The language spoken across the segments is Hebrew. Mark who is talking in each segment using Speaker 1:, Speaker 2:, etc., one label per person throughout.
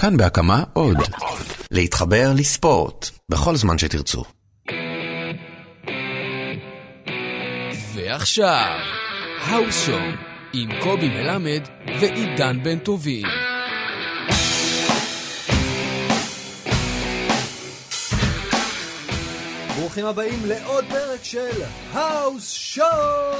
Speaker 1: כאן בהקמה עוד. להתחבר לספורט, בכל זמן שתרצו.
Speaker 2: ועכשיו, האוס שואו עם קובי מלמד ועידן בן טובים.
Speaker 3: ברוכים הבאים לעוד פרק של האוס שואו!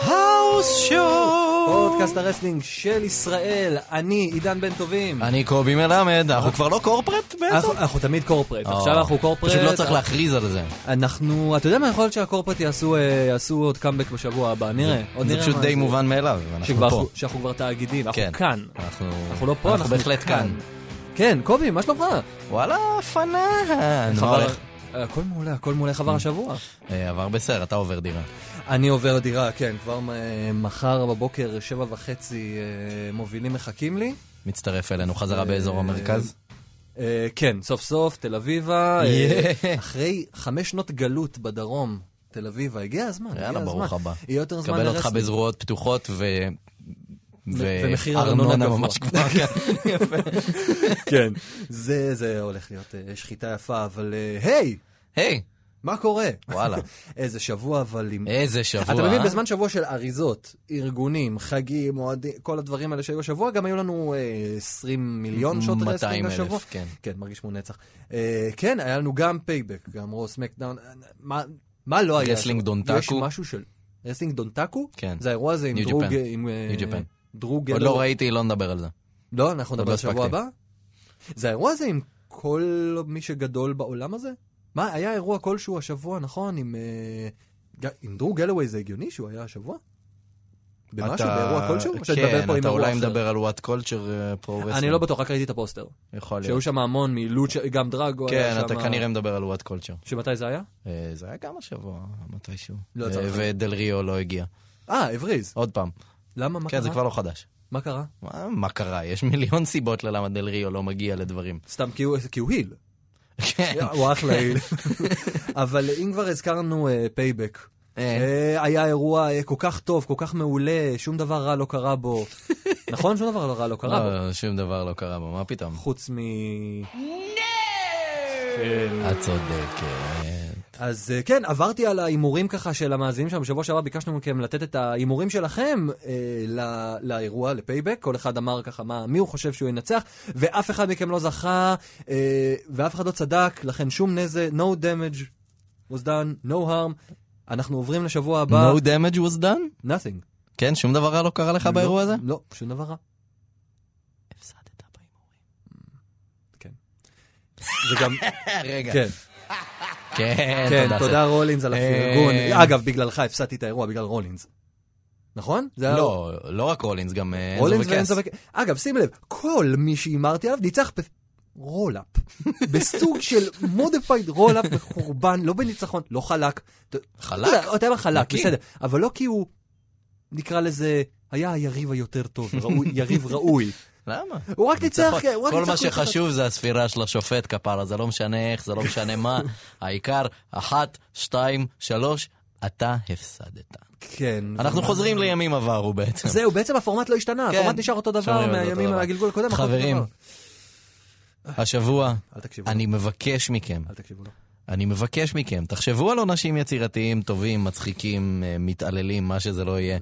Speaker 4: האוס שואו!
Speaker 3: פודקאסט הרסלינג של ישראל, אני עידן בן טובים.
Speaker 4: אני קובי מלמד, אנחנו כבר לא קורפרט בעצם?
Speaker 3: אנחנו אנחנו תמיד קורפרט, עכשיו אנחנו קורפרט.
Speaker 4: פשוט לא צריך להכריז על זה.
Speaker 3: אנחנו, אתה יודע מה, יכול להיות שהקורפרט יעשו אה, יעשו עוד קאמבק בשבוע הבא, נראה. עוד
Speaker 4: זה
Speaker 3: נראה
Speaker 4: פשוט
Speaker 3: מה
Speaker 4: די מובן מאליו,
Speaker 3: שכבר
Speaker 4: אנחנו פה.
Speaker 3: אנחנו- שאנחנו כבר תאגידים,
Speaker 4: כן.
Speaker 3: אנחנו כאן. אנחנו לא פה,
Speaker 4: אנחנו בהחלט כאן.
Speaker 3: כן, קובי, מה שלומך?
Speaker 4: וואלה, פנן. מה
Speaker 3: חבל-
Speaker 4: הולך?
Speaker 3: אה, הכל מעולה, הכל מעולה,
Speaker 4: Mm.
Speaker 3: איך עבר השבוע?
Speaker 4: אה, עבר בסדר, אתה עובר דירה.
Speaker 3: אני עובר דירה, כן, כבר אה, מחר בבוקר, שבע וחצי, אה, מובילים מחכים לי.
Speaker 4: מצטרף אלינו חזרה באזור המרכז.
Speaker 3: אה, כן, סוף סוף, תל אביבה, אה,
Speaker 4: Yeah.
Speaker 3: אחרי חמש שנות גלות בדרום, תל אביבה, הגיע הזמן, הגיע
Speaker 4: יאללה,
Speaker 3: הזמן.
Speaker 4: ברוך הבא.
Speaker 3: יהיה יותר זמן
Speaker 4: קבל אותך
Speaker 3: לרסלינג.
Speaker 4: בזרועות פתוחות ו... ו-
Speaker 3: ומחיר
Speaker 4: ארנונה
Speaker 3: ארנונה
Speaker 4: ממש
Speaker 3: גבוה.
Speaker 4: גבוהה. כן.
Speaker 3: כן. זה, זה הולך להיות אה, שחיטה יפה, אבל אה, היי,
Speaker 4: היי,
Speaker 3: מה קורה?
Speaker 4: וואלה.
Speaker 3: איזה שבוע, אבל עם...
Speaker 4: איזה שבוע.
Speaker 3: אתה מבין,
Speaker 4: אה?
Speaker 3: בזמן שבוע של אריזות, ארגונים, חגים, אוהדים, כל הדברים האלה שהיו השבוע, גם היו לנו אה, 20 מיליון שעות
Speaker 4: 200
Speaker 3: רסטינג
Speaker 4: אלף,
Speaker 3: השבוע.
Speaker 4: כן.
Speaker 3: כן, מרגיש כמו נצח. אה, כן, היה לנו גם פייבק, גם רו סמקדאון. אה, מה- מה לא היה?
Speaker 4: רסלינג
Speaker 3: שם?
Speaker 4: דונטקו.
Speaker 3: יש משהו של... רסלינג דונטקו?
Speaker 4: כן.
Speaker 3: זה האירוע הזה עם
Speaker 4: ניו
Speaker 3: דרוג...
Speaker 4: ג'פן.
Speaker 3: עם, אה,
Speaker 4: ניו ג'פן.
Speaker 3: דרוג...
Speaker 4: עוד
Speaker 3: גדול.
Speaker 4: לא ראיתי, לא נדבר על זה.
Speaker 3: לא, אנחנו
Speaker 4: עוד
Speaker 3: נדבר
Speaker 4: לא
Speaker 3: בשבוע
Speaker 4: הספקתי.
Speaker 3: הבא. זה האירוע הזה עם כל מי שגדול בעולם הזה? מה, היה אירוע כלשהו השבוע, נכון? עם... אה, ג- עם דרו גלווי זה הגיוני שהוא היה השבוע? במשהו,
Speaker 4: אתה-
Speaker 3: באירוע כלשהו? או שתדבר
Speaker 4: כן,
Speaker 3: פה עם
Speaker 4: אתה
Speaker 3: אירוע
Speaker 4: אולי
Speaker 3: אחר?
Speaker 4: מדבר על וואט קולצ'ר פרו
Speaker 3: אני לא בטוח, רק ראיתי את הפוסטר.
Speaker 4: יכול להיות.
Speaker 3: שהיו שם המון מלוצ'ה, גם דרגו היה
Speaker 4: כן,
Speaker 3: שם.
Speaker 4: אתה כנראה מדבר על וואט קולצ'ר.
Speaker 3: שמתי זה היה?
Speaker 4: אה, זה היה גם השבוע, מתישהו.
Speaker 3: לא
Speaker 4: אה,
Speaker 3: יצא לך.
Speaker 4: ודלריו לא הגיע.
Speaker 3: אה, הבריז.
Speaker 4: עוד פעם.
Speaker 3: למה? מה
Speaker 4: כן, זה
Speaker 3: קרה?
Speaker 4: כבר לא חדש.
Speaker 3: מה קרה?
Speaker 4: מה- מה קרה? יש מיליון סיבות ללמה דלריו לא מגיע לדברים.
Speaker 3: סתם כי הוא- כי הוא היל.
Speaker 4: כן.
Speaker 3: הוא אחלה היל. אבל אם כבר הזכרנו אה, פייבק.
Speaker 4: אה.
Speaker 3: אה, היה אירוע אה, כל כך טוב, כל כך מעולה, שום דבר רע לא קרה בו. נכון? שום דבר רע לא קרה בו.
Speaker 4: לא, שום דבר לא קרה בו, מה פתאום?
Speaker 3: חוץ מ... אה.
Speaker 4: את צודקת.
Speaker 3: אז אה, כן, עברתי על ההימורים ככה של המאזינים שלנו. בשבוע שעבר ביקשנו מכם לתת את ההימורים שלכם אה, לא, לאירוע, לפייבק. כל אחד אמר ככה מה, מי הוא חושב שהוא ינצח, ואף אחד מכם לא זכה, אה, ואף אחד לא צדק, לכן שום נזק, no damage was done, no harm. אנחנו עוברים לשבוע הבא,
Speaker 4: No damage was done?
Speaker 3: nothing.
Speaker 4: כן, שום דבר רע לא קרה לך באירוע הזה?
Speaker 3: לא, שום דבר רע.
Speaker 4: הפסדת בהימורים.
Speaker 3: זה גם,
Speaker 4: אה, רגע.
Speaker 3: כן,
Speaker 4: כן,
Speaker 3: כן,
Speaker 4: סטף.
Speaker 3: תודה רולינס על
Speaker 4: אה,
Speaker 3: הפרגון. אגב, בגללך הפסדתי את האירוע, בגלל רולינס. נכון? זה היה-
Speaker 4: לא, לא רק רולינס, גם אה, אנזו
Speaker 3: רולינס
Speaker 4: וקס.
Speaker 3: ואנזו וקס. אגב, שים לב, כל מי שהימרתי עליו ניצח ברולאפ. בסוג של מודיפייד רולאפ בחורבן, לא בניצחון, לא חלק.
Speaker 4: חלק?
Speaker 3: אתה יודע, אתה יודע מה חלק,
Speaker 4: נקי.
Speaker 3: בסדר. אבל לא כי הוא, נקרא לזה, היה היריב היותר טוב, ראוי- יריב ראוי.
Speaker 4: למה?
Speaker 3: הוא רק ניצח,
Speaker 4: נכון.
Speaker 3: כן, הוא רק
Speaker 4: כל
Speaker 3: ניצח.
Speaker 4: מה
Speaker 3: כל אחד.
Speaker 4: שחשוב זה הספירה של השופט כפרה, זה לא משנה איך, זה לא משנה מה, העיקר, אחת, שתיים, שלוש, אתה הפסדת.
Speaker 3: כן.
Speaker 4: אנחנו חוזרים לימים עברו בעצם.
Speaker 3: זהו, בעצם הפורמט לא השתנה,
Speaker 4: כן.
Speaker 3: הפורמט נשאר אותו דבר
Speaker 4: שומרים את אותו
Speaker 3: מהימים,
Speaker 4: דבר.
Speaker 3: מהגלגול הקודם. הכל אותו
Speaker 4: חברים,
Speaker 3: דבר.
Speaker 4: השבוע,
Speaker 3: אל תקשיבו לו,
Speaker 4: אני מבקש מכם,
Speaker 3: אל תקשיבו לא. לו.
Speaker 4: אני מבקש מכם, תחשבו על עונשים יצירתיים, טובים, מצחיקים, אה, מתעללים, מה שזה לא יהיה.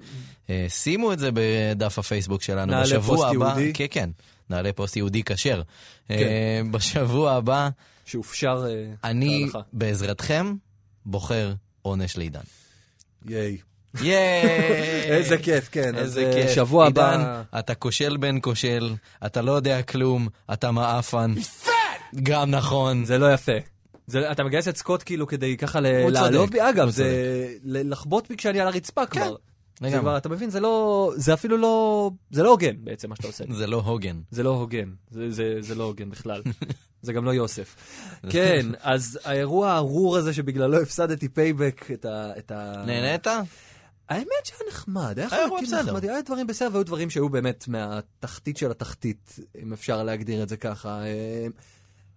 Speaker 4: אה, שימו את זה בדף הפייסבוק שלנו.
Speaker 3: נעלה
Speaker 4: בשבוע
Speaker 3: פוסט
Speaker 4: הבא-
Speaker 3: יהודי. כן.
Speaker 4: כן, כן. נעלה פוסט יהודי כשר. אה, בשבוע הבא,
Speaker 3: שהופשר אה,
Speaker 4: אני,
Speaker 3: כהלכה.
Speaker 4: בעזרתכם, בוחר עונש לעידן.
Speaker 3: ייי.
Speaker 4: ייי!
Speaker 3: איזה כיף, כן. אז,
Speaker 4: איזה
Speaker 3: אה,
Speaker 4: כיף.
Speaker 3: שבוע הבא...
Speaker 4: עידן, אתה כושל בן כושל, אתה לא יודע כלום, אתה מעפן. גם נכון.
Speaker 3: זה לא יפה. זה, אתה מגייס את סקוט כאילו כדי ככה ל-
Speaker 4: הוא צודק,
Speaker 3: לעלוב בי, אגב,
Speaker 4: הוא כן,
Speaker 3: זה ל- לחבוט בי כשאני על הרצפה כבר. זה
Speaker 4: לגמרי.
Speaker 3: כבר, אתה מבין, זה לא, זה אפילו לא, זה לא הוגן בעצם מה שאתה עושה.
Speaker 4: זה לא הוגן.
Speaker 3: זה לא הוגן, זה, זה, זה לא הוגן בכלל. זה גם לא יוסף. כן, אז האירוע הארור הזה שבגללו הפסדתי פייבק את ה... את ה...
Speaker 4: נהנית?
Speaker 3: האמת שהיה נחמד, היה
Speaker 4: היה אירוע
Speaker 3: חלקים
Speaker 4: בסדר.
Speaker 3: נחמדים, היה דברים בסדר והיו דברים שהיו באמת מהתחתית של התחתית, אם אפשר להגדיר את זה ככה. אה,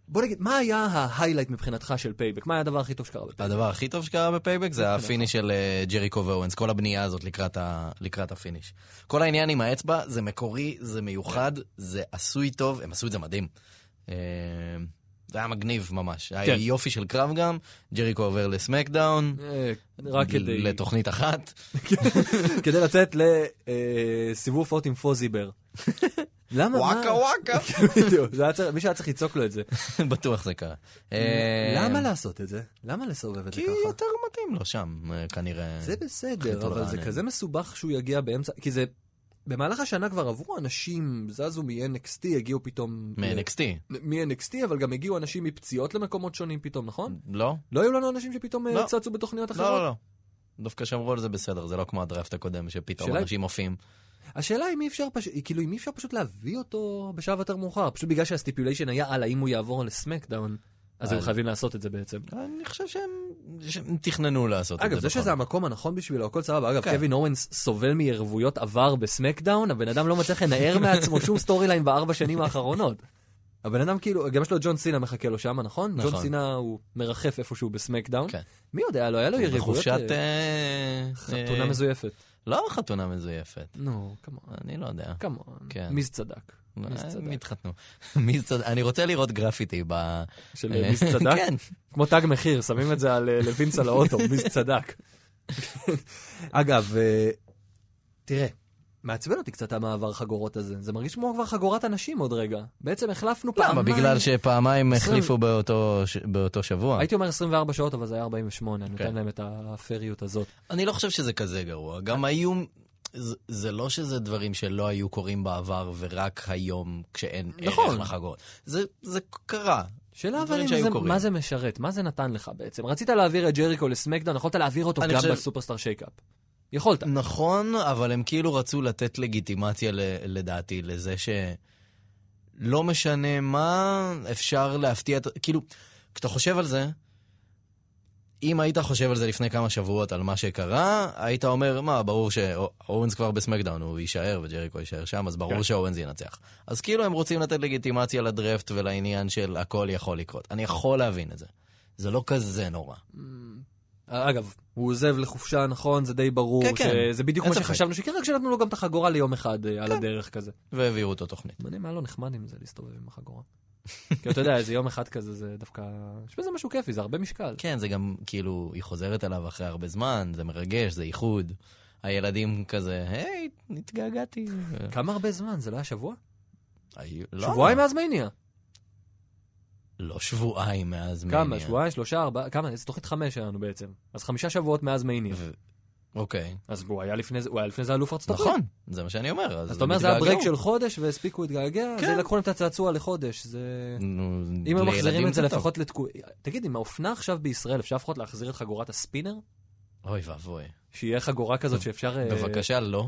Speaker 3: בוא נגיד, מה היה ההיילייט מבחינתך של פייבק? מה היה הדבר הכי טוב שקרה בפייבק?
Speaker 4: הדבר הכי טוב שקרה בפייבק זה הפיניש של אה, ג'ריקו ואורנס, כל הבנייה הזאת לקראת ה- לקראת הפיניש. כל העניין עם האצבע זה מקורי, זה מיוחד, זה עשוי טוב, הם עשו את זה מדהים. אה, זה היה מגניב ממש. היה יופי של קרב גם, ג'ריקו עובר לסמקדאון,
Speaker 3: אה, רק כדי...
Speaker 4: לתוכנית אחת.
Speaker 3: כדי לצאת אה, לסיבוב פוט עם פוזיבר. למה? מה?
Speaker 4: וואקה וואקה.
Speaker 3: בדיוק, זה היה צריך- מישהו היה צריך לצעוק לו את זה.
Speaker 4: כן, בטוח זה קרה. אה,
Speaker 3: למה לעשות את זה? למה לסובב את זה
Speaker 4: כי
Speaker 3: ככה?
Speaker 4: יותר מתאים לו שם, אה, כנראה.
Speaker 3: זה
Speaker 4: החליטו
Speaker 3: בסדר, אבל זה
Speaker 4: לרענן.
Speaker 3: כזה מסובך שהוא יגיע באמצע, כי זה... במהלך השנה כבר עברו אנשים, זזו מ-NXT, הגיעו פתאום...
Speaker 4: מ-NXT,
Speaker 3: מ-NXT, אבל גם הגיעו אנשים מפציעות למקומות שונים פתאום, נכון?
Speaker 4: לא?
Speaker 3: לא היו לנו אנשים שפתאום אה,
Speaker 4: לא.
Speaker 3: צצו בתוכניות
Speaker 4: לא, לא,
Speaker 3: אחרות?
Speaker 4: לא. דווקא שמרו על זה בסדר, זה לא כמו הדראפט הקודם, שפתאום
Speaker 3: שאלה-
Speaker 4: אנשים מופיעים.
Speaker 3: השאלה אם אי אפשר פשוט, כאילו אם אי אפשר פשוט להביא אותו בשלב יותר מאוחר, פשוט בגלל שהסטיפוליישן היה על האם הוא יעבור לסמקדאון, אז הם
Speaker 4: אז-
Speaker 3: חייבים לעשות את זה בעצם.
Speaker 4: אני חושב שהם שהם תכננו לעשות את זה.
Speaker 3: אגב, זה
Speaker 4: בכל
Speaker 3: שזה
Speaker 4: זאת.
Speaker 3: המקום הנכון בשבילו, הכל סבבה. אגב,
Speaker 4: כן.
Speaker 3: קווין אורנס סובל מערבויות עבר בסמקדאון, הבן אדם לא מצליח לנער מעצמו שום סטורי ליין בארבע שנים האחרונות. הבן אדם כאילו, גם יש לו ג'ון סינה מחכה לו שם, נכון?
Speaker 4: נכון.
Speaker 3: ג'ון סינה הוא מרחף איפשהו בסמקדאון.
Speaker 4: כן.
Speaker 3: מי יודע, לא היה לו
Speaker 4: הוא
Speaker 3: יריבויות...
Speaker 4: בחופשת...
Speaker 3: אה,
Speaker 4: אה,
Speaker 3: חתונה
Speaker 4: אה,
Speaker 3: מזויפת.
Speaker 4: לא חתונה מזויפת,
Speaker 3: נו, כמובן.
Speaker 4: אני לא יודע.
Speaker 3: כמובן.
Speaker 4: כן.
Speaker 3: מיז צדק. מיז
Speaker 4: אה, הם
Speaker 3: צדק.
Speaker 4: התחתנו. מי צד- אני רוצה לראות גרפיטי ב...
Speaker 3: של
Speaker 4: אה,
Speaker 3: מיז צדק?
Speaker 4: כן.
Speaker 3: כמו תג מחיר, שמים את זה על אה, לוינס על האוטו, מיז צדק. אגב, אה, תראה, מעצבן אותי קצת המעבר חגורות הזה. זה מרגיש כמו כבר חגורת אנשים עוד רגע. בעצם החלפנו פעמיים.
Speaker 4: למה? בגלל שפעמיים
Speaker 3: עשרים-
Speaker 4: החליפו באותו ש- באותו שבוע.
Speaker 3: הייתי אומר 24 שעות, אבל זה היה 48, אני נותן
Speaker 4: כן.
Speaker 3: להם את הפריות הזאת.
Speaker 4: אני לא חושב שזה כזה גרוע. גם היו... זה- זה לא שזה דברים שלא היו קורים בעבר ורק היום כשאין ערך
Speaker 3: נכון.
Speaker 4: לחגורות. זה- זה קרה.
Speaker 3: שאלה אבל
Speaker 4: דברים
Speaker 3: אם
Speaker 4: שהיו
Speaker 3: זה,
Speaker 4: קורים.
Speaker 3: מה זה משרת, מה זה נתן לך בעצם? רצית להעביר את ג'ריקו לסמקדאון, יכולת להעביר אותו
Speaker 4: אני
Speaker 3: גם
Speaker 4: חושב-
Speaker 3: בסופרסטאר שייקאפ. יכולת.
Speaker 4: נכון, אבל הם כאילו רצו לתת לגיטימציה ל- לדעתי לזה שלא משנה מה, אפשר להפתיע את... כאילו, כשאתה חושב על זה, אם היית חושב על זה לפני כמה שבועות, על מה שקרה, היית אומר, מה, ברור שאורנס כבר בסמקדאון, הוא יישאר וג'ריקו יישאר שם, אז ברור
Speaker 3: כן.
Speaker 4: שאורנס ינצח. אז כאילו הם רוצים לתת לגיטימציה לדרפט ולעניין של הכל יכול לקרות. אני יכול להבין את זה. זה לא כזה נורא.
Speaker 3: אה, אגב, הוא עוזב לחופשה, נכון, זה די ברור.
Speaker 4: כן, כן.
Speaker 3: שזה בדיוק
Speaker 4: אין
Speaker 3: מה
Speaker 4: ספק. כן.
Speaker 3: שחשבנו שיקרה, רק שנתנו לו גם את החגורה ליום אחד אה, על הדרך כזה.
Speaker 4: והעבירו אותו תוכנית.
Speaker 3: מעניין מה היה לו נחמד עם זה להסתובב עם החגורה. כי אתה יודע, איזה יום אחד כזה, זה דווקא... יש בזה משהו כיפי, זה הרבה משקל.
Speaker 4: כן, זה גם, כאילו, היא חוזרת אליו אחרי הרבה זמן, זה מרגש, זה איחוד. הילדים כזה, היי, התגעגעתי.
Speaker 3: כמה הרבה זמן? זה לא היה שבוע?
Speaker 4: היו- לא,
Speaker 3: שבועיים מאז מניה.
Speaker 4: לא שבועיים מאז מניה.
Speaker 3: כמה? שבועיים, שלושה, ארבעה? כמה? איזה תוכנית חמש היה לנו בעצם. אז חמישה שבועות מאז מניה.
Speaker 4: ו- אוקיי,
Speaker 3: אז הוא היה לפני זה, הוא היה לפני זה אלוף ארצות הברית.
Speaker 4: נכון, זה מה שאני אומר.
Speaker 3: אז אתה אומר, זה היה
Speaker 4: התגעגעו.
Speaker 3: ברייק של חודש והספיקו להתגעגע, אז
Speaker 4: כן.
Speaker 3: לקחו להם את הצעצוע לחודש. זה...
Speaker 4: נו,
Speaker 3: אם הם
Speaker 4: לילדים
Speaker 3: מחזירים את זה
Speaker 4: טוב.
Speaker 3: לפחות לתקופה... תגיד, אם האופנה עכשיו בישראל, אפשר לפחות להחזיר את חגורת הספינר?
Speaker 4: אוי ואבוי.
Speaker 3: שיהיה חגורה כזאת שאפשר... אה,
Speaker 4: בבקשה, לא.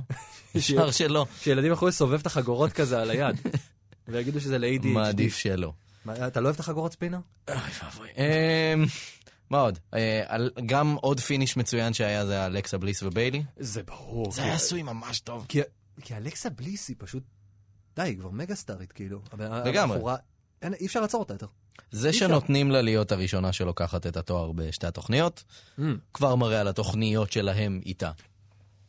Speaker 4: אפשר שלא.
Speaker 3: שילדים יכולים לסובב את החגורות כזה על היד. ויגידו שזה ל-ADHD.
Speaker 4: מעדיף שלא.
Speaker 3: מה, אתה לא אוהב את החגורות ספינה?
Speaker 4: אוי ואבוי. אמ, מה עוד? אה, על- גם עוד פיניש מצוין שהיה זה אלכסה בליס וביילי.
Speaker 3: זה ברור.
Speaker 4: זה היה עשוי ממש טוב.
Speaker 3: כי, כי אלכסה בליס היא פשוט... די, היא כבר מגה סטארית, כאילו. אבל
Speaker 4: לגמרי.
Speaker 3: הבחורה- אין- אי אפשר לעצור אותה יותר.
Speaker 4: זה
Speaker 3: אפשר.
Speaker 4: שנותנים לה להיות הראשונה שלוקחת את התואר בשתי התוכניות, כבר מראה על התוכניות שלהם איתה.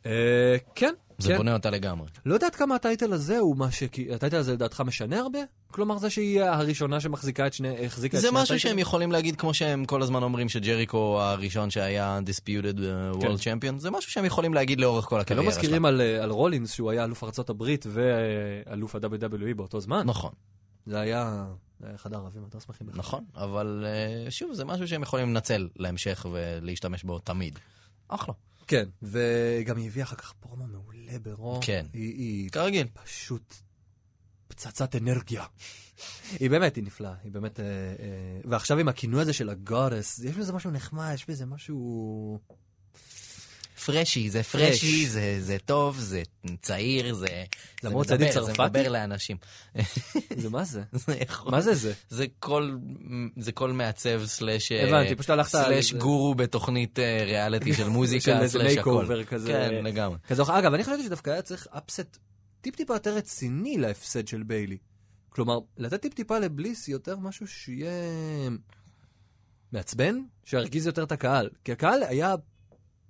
Speaker 3: אה, כן,
Speaker 4: זה
Speaker 3: כן.
Speaker 4: בונה אותה לגמרי.
Speaker 3: לא יודעת כמה הטייטל הזה הוא מה ש... הטייטל הזה לדעתך משנה הרבה? כלומר, זה שהיא הראשונה שמחזיקה את שני... החזיקה את
Speaker 4: זה
Speaker 3: שני
Speaker 4: משהו
Speaker 3: הטייטלים?
Speaker 4: שהם יכולים להגיד, כמו שהם כל הזמן אומרים שג'ריקו הוא הראשון שהיה Disputed uh,
Speaker 3: כן.
Speaker 4: World Champion, זה משהו שהם יכולים להגיד לאורך כל
Speaker 3: כי לא
Speaker 4: הקריירה שלה.
Speaker 3: מזכירים על, אה, על רולינס שהוא היה אלוף ארצות הברית ואלוף ה-WWE באותו זמן.
Speaker 4: נכון,
Speaker 3: זה היה זה היה אחד הערבים יותר שמחים. בך.
Speaker 4: נכון, אבל אה, שוב, זה משהו שהם יכולים לנצל להמשך ולהשתמש בו תמיד. אחלה.
Speaker 3: כן, וגם היא הביאה אחר כך פרומו מעולה ברו.
Speaker 4: כן.
Speaker 3: היא, היא
Speaker 4: כרגיל.
Speaker 3: פשוט פצצת אנרגיה. היא באמת, היא נפלאה, היא באמת... אה, אה, ועכשיו עם הכינוי הזה של הגודס, יש בזה משהו נחמד, יש בזה משהו...
Speaker 4: פרשי, זה
Speaker 3: פרש.
Speaker 4: פרשי, זה, זה טוב, זה צעיר, זה... זה
Speaker 3: למרות שאני
Speaker 4: מדבר,
Speaker 3: צרפתי?
Speaker 4: זה מדבר לאנשים.
Speaker 3: זה מה זה?
Speaker 4: זה יכול...
Speaker 3: מה זה זה?
Speaker 4: זה כל, זה כל מעצב סלאש... אה,
Speaker 3: הבנתי, פשוט הלכת על
Speaker 4: סלאש
Speaker 3: איזה-
Speaker 4: גורו בתוכנית אה, ריאליטי של
Speaker 3: של
Speaker 4: מוזיקה,
Speaker 3: איזה
Speaker 4: סלאש הכל.
Speaker 3: makeover כזה.
Speaker 4: כן, לגמרי.
Speaker 3: כזה, אגב, אני חשבתי שדווקא היה צריך אפסט טיפ-טיפה יותר רציני להפסד של ביילי. כלומר, לתת טיפ-טיפה לבליס יותר משהו שיהיה מעצבן, שירגיז יותר את הקהל. כי הקהל היה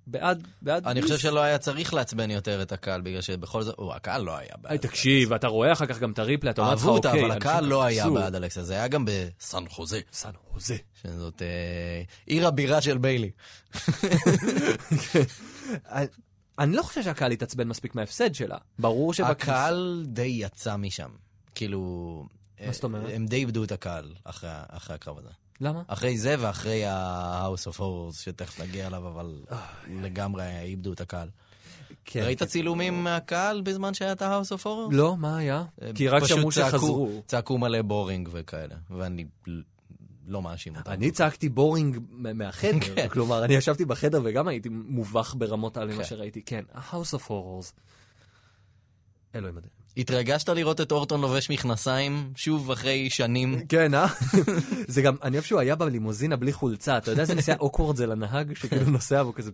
Speaker 3: בעד, בעד...
Speaker 4: אני חושב שלא היה צריך לעצבן יותר את הקהל, בגלל שבכל זאת, או, הקהל לא היה בעד
Speaker 5: היי,
Speaker 4: אלכסה.
Speaker 5: תקשיב, אתה רואה אחר כך גם את הריפלי, אתה אומר לך,
Speaker 4: אהבו אותה,
Speaker 5: אוקיי.
Speaker 4: אבל
Speaker 5: אנשים
Speaker 4: הקהל לא היה
Speaker 5: קפצו."
Speaker 4: בעד אלכסה, זה היה גם בסן חוזה,
Speaker 5: סן חוזה.
Speaker 4: שזאת אה, עיר הבירה של ביילי.
Speaker 3: אני לא חושב שהקהל התעצבן מספיק מההפסד שלה. ברור שבקהל...
Speaker 4: הקהל די יצא משם, כאילו...
Speaker 3: מה זאת אומרת?
Speaker 4: הם די איבדו את הקהל אחרי ה- אחרי הקרב הזה.
Speaker 3: למה?
Speaker 4: אחרי זה ואחרי ה-house of horrors, שתכף נגיע אליו, אבל לגמרי איבדו את הקהל.
Speaker 3: כן.
Speaker 4: ראית צילומים מהקהל בזמן שהיה את ה-house of horrors?
Speaker 3: לא, מה היה? כי רק
Speaker 4: פשוט
Speaker 3: שמעו
Speaker 4: צעקו-
Speaker 3: שחזרו.
Speaker 4: צעקו מלא בורינג וכאלה, ואני ל- לא מאשים אותם.
Speaker 3: אני צעקתי בורינג מ- מהחדר,
Speaker 4: כן.
Speaker 3: כלומר, אני ישבתי בחדר וגם הייתי מובך ברמות על מה
Speaker 4: כן.
Speaker 3: שראיתי. כן, ה-house of horrors. אלוהים יודע.
Speaker 4: Mm. התרגשת לראות את אורטון לובש מכנסיים, שוב אחרי שנים?
Speaker 3: כן, אה? זה גם, אני אוהב שהוא היה בלימוזינה בלי חולצה, אתה יודע איזה נסיעה אוקוורד זה לנהג,
Speaker 4: כן.
Speaker 3: שכאילו נוסע והוא כזה,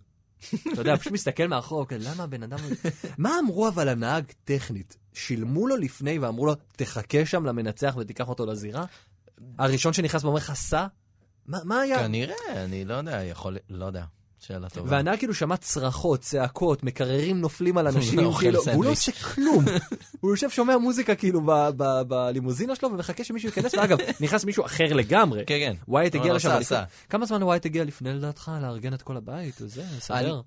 Speaker 3: אתה יודע, פשוט מסתכל מאחור, כזה, למה הבן אדם... הזה-" מה אמרו אבל לנהג טכנית? שילמו לו לפני ואמרו לו, תחכה שם למנצח ותיקח אותו לזירה? הראשון שנכנס ואומר לך, סע? מה מה היה?
Speaker 4: כנראה, אני לא יודע, יכול... לא יודע. שאלה טובה.
Speaker 3: והנהג כאילו שמע צרחות, צעקות, מקררים נופלים על אנשים,
Speaker 4: לא אוכל
Speaker 3: כאילו, והוא לא
Speaker 4: סנדוויץ'.
Speaker 3: עושה כלום. הוא יושב שומע מוזיקה כאילו ב- ב- בלימוזינה שלו ומחכה שמישהו ייכנס, ואגב, נכנס מישהו אחר לגמרי.
Speaker 4: כן, כן.
Speaker 3: ווייט
Speaker 4: לא,
Speaker 3: הגיע
Speaker 4: לא,
Speaker 3: לשם,
Speaker 4: סע,
Speaker 3: אבל-
Speaker 4: סע.
Speaker 3: כמה זמן ווייט הגיע לפני לדעתך לארגן את כל הבית וזה, סדר?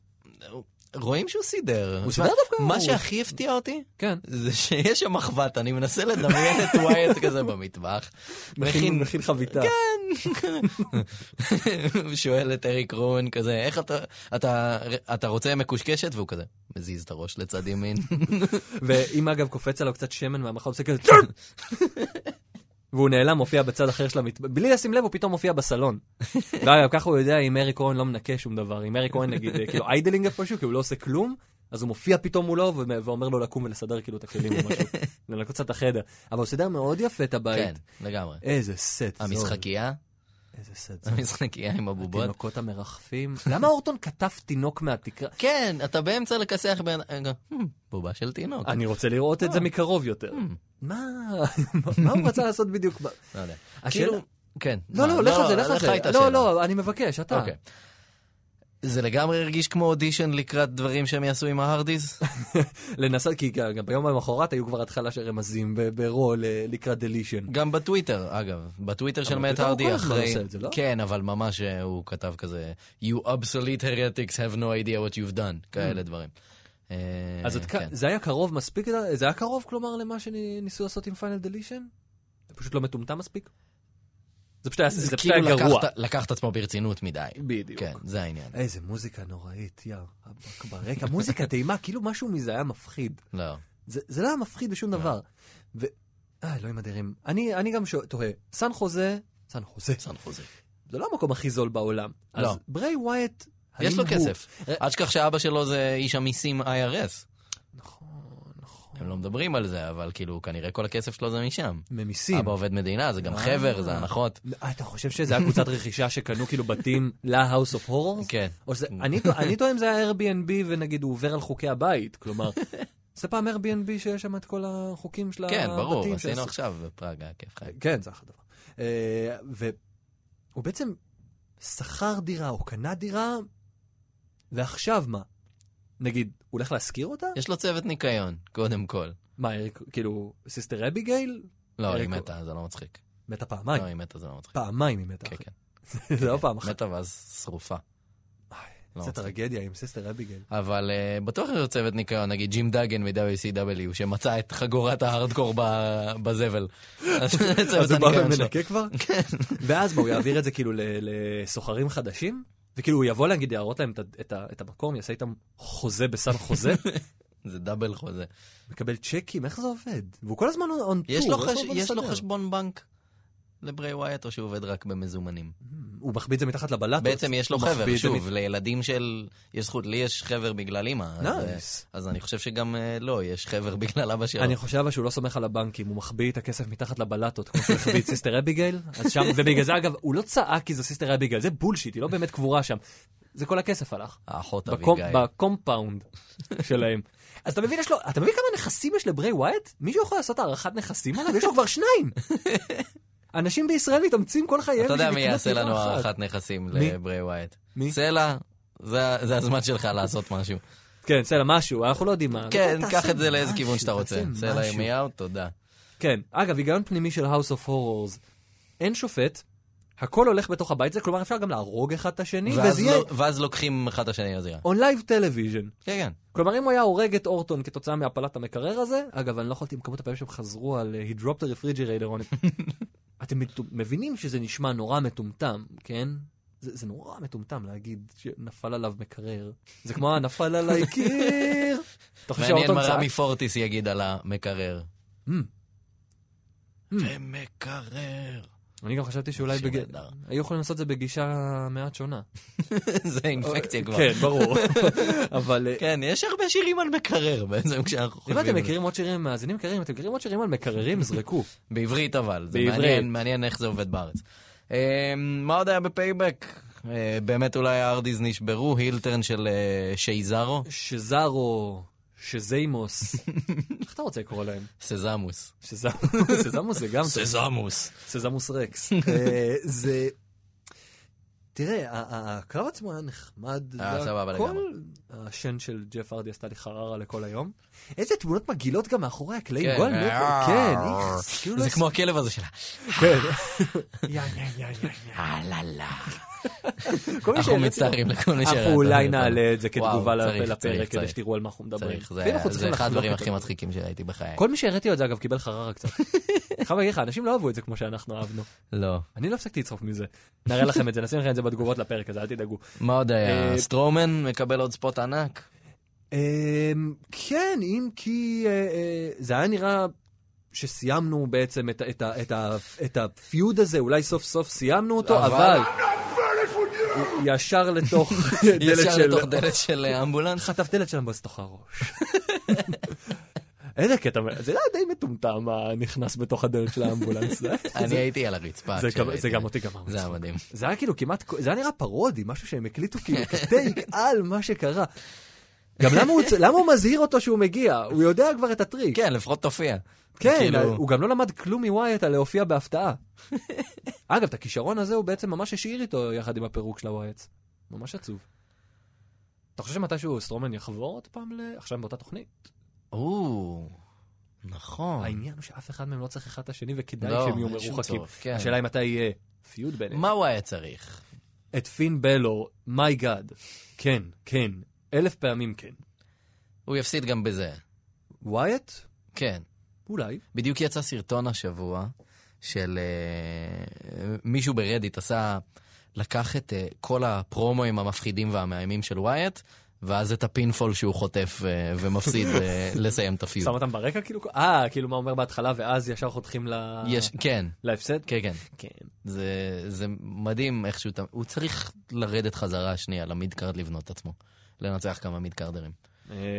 Speaker 4: רואים שהוא סידר.
Speaker 3: הוא סידר דווקא,
Speaker 4: מה
Speaker 3: הוא-
Speaker 4: שהכי הפתיע אותי,
Speaker 3: כן.
Speaker 4: זה שיש שם מחבת, אני מנסה לדמיין את ווייט כזה במטבח.
Speaker 3: מכין מכין חביתה.
Speaker 4: הוא שואל את אריק רון כזה, איך אתה, אתה, אתה רוצה מקושקשת? והוא כזה, מזיז את הראש לצד ימין.
Speaker 3: ואם אגב קופץ עליו קצת שמן מהמחר, הוא עושה כזה... והוא נעלם, מופיע בצד אחר של המטבח. בלי לשים לב, הוא פתאום מופיע בסלון. ואגב, ככה הוא יודע אם ארי כהן לא מנקה שום דבר. אם ארי כהן נגיד, אה, כאילו איידלינג איפשהו, כי הוא לא עושה כלום, אז הוא מופיע פתאום מולו ומ- ואומר לו לקום ולסדר כאילו את הכלים או משהו. לנקות קצת את החדר. אבל הוא סידר מאוד יפה את
Speaker 4: כן,
Speaker 3: הבית.
Speaker 4: לגמרי.
Speaker 3: איזה סט. זול.
Speaker 4: המשחקייה,
Speaker 3: איזה סט. זול.
Speaker 4: המשחקייה עם הבובות.
Speaker 3: התינוקות המרחפים. למה אורטון כתב תינוק מהתקרה?
Speaker 4: כן, אתה באמצע לכסח בין... "Hmm, בובה של תינוק.
Speaker 3: אני רוצה לראות את זה מקרוב יותר. מה מה הוא רצה לעשות בדיוק? ב-
Speaker 4: לא יודע.
Speaker 3: השאלה-
Speaker 4: כאילו, כן.
Speaker 3: לא, לא, לך על זה, לך
Speaker 4: לך
Speaker 3: על
Speaker 4: הייתה
Speaker 3: זה.
Speaker 4: שאלה.
Speaker 3: לא, לא, אני מבקש, אתה.
Speaker 4: אוקיי. זה לגמרי הרגיש כמו אודישן לקראת דברים שהם יעשו עם ההרדיס?
Speaker 3: לנסות, כי גם גם ביום המחרת היו כבר התחלה של רמזים ב- ברו ל- לקראת דלישן.
Speaker 4: גם בטוויטר, אגב. בטוויטר של מאט
Speaker 3: בטוויטר הוא כל
Speaker 4: הרדי
Speaker 3: הזמן
Speaker 4: אחרי...
Speaker 3: עושה את זה, לא?
Speaker 4: כן, אבל ממש אה, הוא כתב כזה, You obsolete heretics have no idea what you've done, כאלה דברים. אה,
Speaker 3: Mm. אז את-
Speaker 4: כן.
Speaker 3: זה היה קרוב מספיק, זה היה קרוב כלומר למה שניסו לעשות עם פיינל דלישן? זה פשוט לא מטומטם מספיק? זה פשוט היה- זה פשוט
Speaker 4: כאילו
Speaker 3: היה גרוע.
Speaker 4: לקח- לקח את עצמו ברצינות מדי.
Speaker 3: בדיוק.
Speaker 4: כן, זה העניין.
Speaker 3: איזה מוזיקה נוראית, יא, רבאק ברקע, מוזיקה טעימה, כאילו משהו מזה היה מפחיד.
Speaker 4: לא.
Speaker 3: זה, זה לא היה מפחיד בשום דבר. ו... אה, אלוהים אדירים. אני, אני גם שואל- תוהה, סן חוזה, סן חוזה,
Speaker 4: סן חוזה.
Speaker 3: זה לא המקום הכי זול בעולם.
Speaker 4: לא.
Speaker 3: אז בריי ווייט, האם
Speaker 4: יש לו
Speaker 3: הוא...
Speaker 4: כסף. אל תשכח שאבא שלו זה איש המיסים IRS.
Speaker 3: נכון, נכון.
Speaker 4: הם לא מדברים על זה, אבל כאילו, כנראה כל הכסף שלו זה משם.
Speaker 3: ממיסים.
Speaker 4: אבא עובד מדינה, זה גם
Speaker 3: אה.
Speaker 4: חבר, זה הנחות.
Speaker 3: אה, אתה חושב שזה היה קבוצת רכישה שקנו כאילו בתים ל-house of horrors?
Speaker 4: כן.
Speaker 3: או שזה, אני טוע- אני טוען אם זה היה Airbnb ונגיד הוא עובר על חוקי הבית, כלומר, זה פעם Airbnb שיש שם את כל החוקים של הבתים.
Speaker 4: כן, ברור,
Speaker 3: שעשו-
Speaker 4: עשינו עכשיו בפראג, היה כיף חיים.
Speaker 3: כן, זה אחלה דבר. אה, והוא בעצם שכר דירה או קנה דירה, ועכשיו מה? נגיד, הוא הולך להשכיר אותה?
Speaker 4: יש לו צוות ניקיון, קודם כל.
Speaker 3: מה, אריק- כאילו, סיסטר אביגייל?
Speaker 4: לא, היא
Speaker 3: אריק-
Speaker 4: מתה, זה לא מצחיק.
Speaker 3: מתה
Speaker 4: לא,
Speaker 3: פעמיים.
Speaker 4: היא מתה, זה לא מצחיק.
Speaker 3: פעמיים היא מתה.
Speaker 4: כן,
Speaker 3: אחי.
Speaker 4: כן.
Speaker 3: זה אה, לא פעם אחת.
Speaker 4: מתה ואז שרופה. לא
Speaker 3: זה
Speaker 4: מצחיק.
Speaker 3: טרגדיה עם סיסטר אביגייל.
Speaker 4: אבל אה, בטוח יש לו צוות ניקיון, נגיד ג'ים דאגן מ-WCW, שמצא את חגורת ההארדקור ב- בזבל. אז
Speaker 3: אז
Speaker 4: צוות
Speaker 3: הוא בא
Speaker 4: הניקיון שלו.
Speaker 3: ומנקה כבר?
Speaker 4: כן.
Speaker 3: ואז מה, הוא יעביר את זה כאילו ל- לסוחרים חדשים? וכאילו הוא יבוא להגיד, יערות להם את ה- את ה- את המקום, יעשה איתם חוזה בסן חוזה,
Speaker 4: זה דאבל חוזה.
Speaker 3: מקבל צ'קים, איך זה עובד? והוא כל הזמן on tour,
Speaker 4: יש לו
Speaker 3: איך זה
Speaker 4: חש-
Speaker 3: עובד
Speaker 4: יש לו
Speaker 3: לא לסדר?
Speaker 4: חשבון בנק לברי ווייט, או שהוא עובד רק במזומנים?
Speaker 3: Hmm, הוא מחביא את זה מתחת לבלטות.
Speaker 4: בעצם יש לו
Speaker 3: הוא אה, מחביא
Speaker 4: חבר,
Speaker 3: את זה
Speaker 4: שוב, לילדים של... יש זכות, לי יש חבר בגלל אימא. אז, אה,
Speaker 3: Nice.
Speaker 4: אז אני חושב שגם אה, לו יש חבר בגלל אבא שלו.
Speaker 3: אני חושב אבל שהוא לא סומך על הבנקים, הוא מחביא את הכסף מתחת לבלטות, כמו שהוא החביא את סיסטר אביגייל, אז שם, ובגלל זה אגב, הוא לא צעק כי זו סיסטר אביגייל, זה בולשיט, היא לא באמת קבורה שם. זה כל הכסף הלך.
Speaker 4: האחות
Speaker 3: בקום-
Speaker 4: אביגיל.
Speaker 3: בקומפאונד שלהם. אז אתה מבין, יש לו, אתה מבין כמה נכסים יש לברי ווייט? מישהו יכול לעשות הערכת נכסים עליו? יש לו כבר שניים. אנשים בישראל מתאמצים כל חייהם
Speaker 4: אתה יודע
Speaker 3: בשביל
Speaker 4: מי
Speaker 3: לקנות
Speaker 4: יעשה
Speaker 3: דירה
Speaker 4: לנו
Speaker 3: אחת.
Speaker 4: הערכת נכסים לברי ווייט?
Speaker 3: מי?
Speaker 4: סלע, זה זה הזמן שלך לעשות משהו.
Speaker 3: כן, בסדר, משהו, אנחנו לא יודעים מה.
Speaker 4: כן,
Speaker 3: תעשה
Speaker 4: קח את זה לאיזה כיוון שאתה
Speaker 3: משהו,
Speaker 4: רוצה.
Speaker 3: תעשה
Speaker 4: סלע
Speaker 3: משהו.
Speaker 4: ירמיהו, תודה.
Speaker 3: כן. אגב, היגיון פנימי של House of Horrors. אין שופט, הכל הולך בתוך הבית הזה, כלומר אפשר גם להרוג אחד את השני,
Speaker 4: ואז
Speaker 3: וזה יהיה
Speaker 4: לא- ואז לוקחים אחד את השני לזירה.
Speaker 3: on live television.
Speaker 4: כן, כן.
Speaker 3: כלומר, אם הוא היה הורג את אורטון כתוצאה מהפלת המקרר הזה, אגב, אני לא יכולתי עם כמות הפעמים שהם חזרו על אה, He dropped the refrigerator on it. אתם מטו- מבינים שזה נשמע נורא מטומטם, כן? זה, זה נורא מטומטם להגיד שנפל עליו מקרר. זה כמו נפל עליי קיר. אתה חושב
Speaker 4: מעניין
Speaker 3: שאורטון
Speaker 4: מה
Speaker 3: צעק?
Speaker 4: רמי פורטיס יגיד על המקרר.
Speaker 3: Mm.
Speaker 4: ומקרר.
Speaker 3: אני גם חשבתי שאולי
Speaker 4: שיר
Speaker 3: בג...
Speaker 4: נהדר.
Speaker 3: היו יכולים לעשות את זה בגישה מעט שונה.
Speaker 4: זה אינפקציה כבר.
Speaker 3: כן, ברור. אבל... אה,
Speaker 4: כן, יש הרבה שירים על מקרר בעצם כשאנחנו
Speaker 3: אם
Speaker 4: חושבים.
Speaker 3: אתם
Speaker 4: על זה.
Speaker 3: מכירים עוד שירים, מאזינים יקרים, אתם מכירים עוד שירים על מקררים, זרקו.
Speaker 4: בעברית אבל, זה
Speaker 3: בעברית.
Speaker 4: מעניין, מעניין איך זה עובד בארץ. אה, מה עוד היה בפייבק? אה, באמת אולי הארדיז נשברו, הילטרן של אה, שייזרו,
Speaker 3: שזארו, שזיימוס. איך אתה רוצה לקרוא להם?
Speaker 4: סזמוס.
Speaker 3: שזמוס, סזמוס זה גם טוב.
Speaker 4: סזמוס.
Speaker 3: סזמוס רקס. אה, זה... תראה, ה- ה- הקרב עצמו היה נחמד.
Speaker 4: אה, סבבה
Speaker 3: כל
Speaker 4: לגמרי.
Speaker 3: השן של ג'ף ארדי עשתה לי חררה לכל היום. איזה תמונות מגעילות גם מאחורי הקלעים.
Speaker 4: כן.
Speaker 3: גועל נפש.
Speaker 4: אה.
Speaker 3: כן, איכס, כאילו לא
Speaker 4: זה כמו הכלב הזה שלה.
Speaker 3: כן.
Speaker 4: אה, לה, לה.
Speaker 3: כל מי
Speaker 4: אנחנו
Speaker 3: שהראיתי לו-
Speaker 4: מצטערים לכל מי שראה
Speaker 3: אנחנו
Speaker 4: את
Speaker 3: אולי
Speaker 4: הסרט.
Speaker 3: נעלה לא את זה כתגובה
Speaker 4: וואו,
Speaker 3: לפ-
Speaker 4: צריך,
Speaker 3: לפרק,
Speaker 4: צריך,
Speaker 3: כדי
Speaker 4: צריך,
Speaker 3: שתראו על מה אנחנו מדברים.
Speaker 4: צריך, זה-
Speaker 3: ואם אנחנו צריכים
Speaker 4: זה אחד
Speaker 3: לחלוק
Speaker 4: הדברים
Speaker 3: את
Speaker 4: הכי
Speaker 3: זה.
Speaker 4: מצחיקים שראיתי בחיי.
Speaker 3: כל מי שהראיתי לו את זה, אגב, קיבל חררה קצת. אני חייב להגיד לך, אנשים לא אהבו את זה כמו שאנחנו אהבנו.
Speaker 4: לא.
Speaker 3: אני לא הפסקתי לצחוק מזה. נראה לכם את זה, נשים לכם את זה בתגובות לפרק הזה, אל תדאגו.
Speaker 4: מה עוד
Speaker 3: אה,
Speaker 4: היה? סטרומן מקבל עוד ספוט ענק?
Speaker 3: אמ, כן, אם כי אה, אה, זה היה נראה שסיימנו בעצם את ה- את ה- את ה- את הפיוד הזה, אולי סוף סוף סיימנו אותו,
Speaker 4: אבל-
Speaker 3: אבל... ישר לתוך דלת
Speaker 4: ישר
Speaker 3: של...
Speaker 4: לתוך דלת של אה, אמבולנס?
Speaker 3: חטף דלת של אמבוס לתוך הראש. איזה קטע, זה לא היה די מטומטם הנכנס בתוך הדלת של האמבולנס. זה-
Speaker 4: אני הייתי על הרצפה.
Speaker 3: זה גם-
Speaker 4: כשראיתי
Speaker 3: זה גם אותי גמר.
Speaker 4: אה, כן, זה היה מדהים.
Speaker 3: זה היה כאילו כמעט, זה היה נראה פרודי, משהו שהם הקליטו כאילו כטייק על מה שקרה. גם למה הוא, צ- למה הוא מזהיר אותו שהוא מגיע? הוא יודע כבר את הטריק.
Speaker 4: כן, לפחות תופיע.
Speaker 3: כן,
Speaker 4: כאילו-
Speaker 3: הוא גם לא למד כלום מווייט על להופיע בהפתעה. אגב, את הכישרון הזה הוא בעצם ממש השאיר איתו יחד עם הפירוק של הווייט. ממש עצוב. אתה חושב שמתישהו סטרומן יחבור עוד פעם ל... עכשיו באותה תוכנית?
Speaker 4: או, נכון.
Speaker 3: העניין הוא שאף אחד מהם לא צריך אחד את השני, וכדאי
Speaker 4: לא,
Speaker 3: שהם יהיו
Speaker 4: אין שום
Speaker 3: מרוחקים.
Speaker 4: צורך, כן.
Speaker 3: השאלה היא מתי יהיה פיוד ביניהם.
Speaker 4: מה הוא היה צריך?
Speaker 3: את פין בלור, מיי גאד. כן, כן, אלף פעמים כן.
Speaker 4: הוא יפסיד גם בזה.
Speaker 3: ווייט?
Speaker 4: כן.
Speaker 3: אולי.
Speaker 4: בדיוק יצא סרטון השבוע של אה, מישהו ברדיט עשה, לקח את אה, כל הפרומואים המפחידים והמאיימים של ווייט, ואז את הפינפול שהוא חוטף אה, ומפסיד אה, לסיים את
Speaker 3: שם
Speaker 4: הפיוט.
Speaker 3: אותם ברקע כאילו? אה, כאילו מה אומר בהתחלה, ואז ישר חותכים ל-
Speaker 4: יש, כן,
Speaker 3: להפסד?
Speaker 4: כן, כן.
Speaker 3: כן.
Speaker 4: זה, זה מדהים איך שהוא... ת- הוא צריך לרדת חזרה שנייה למידקארד לבנות את עצמו. לנצח כמה מידקארדרים.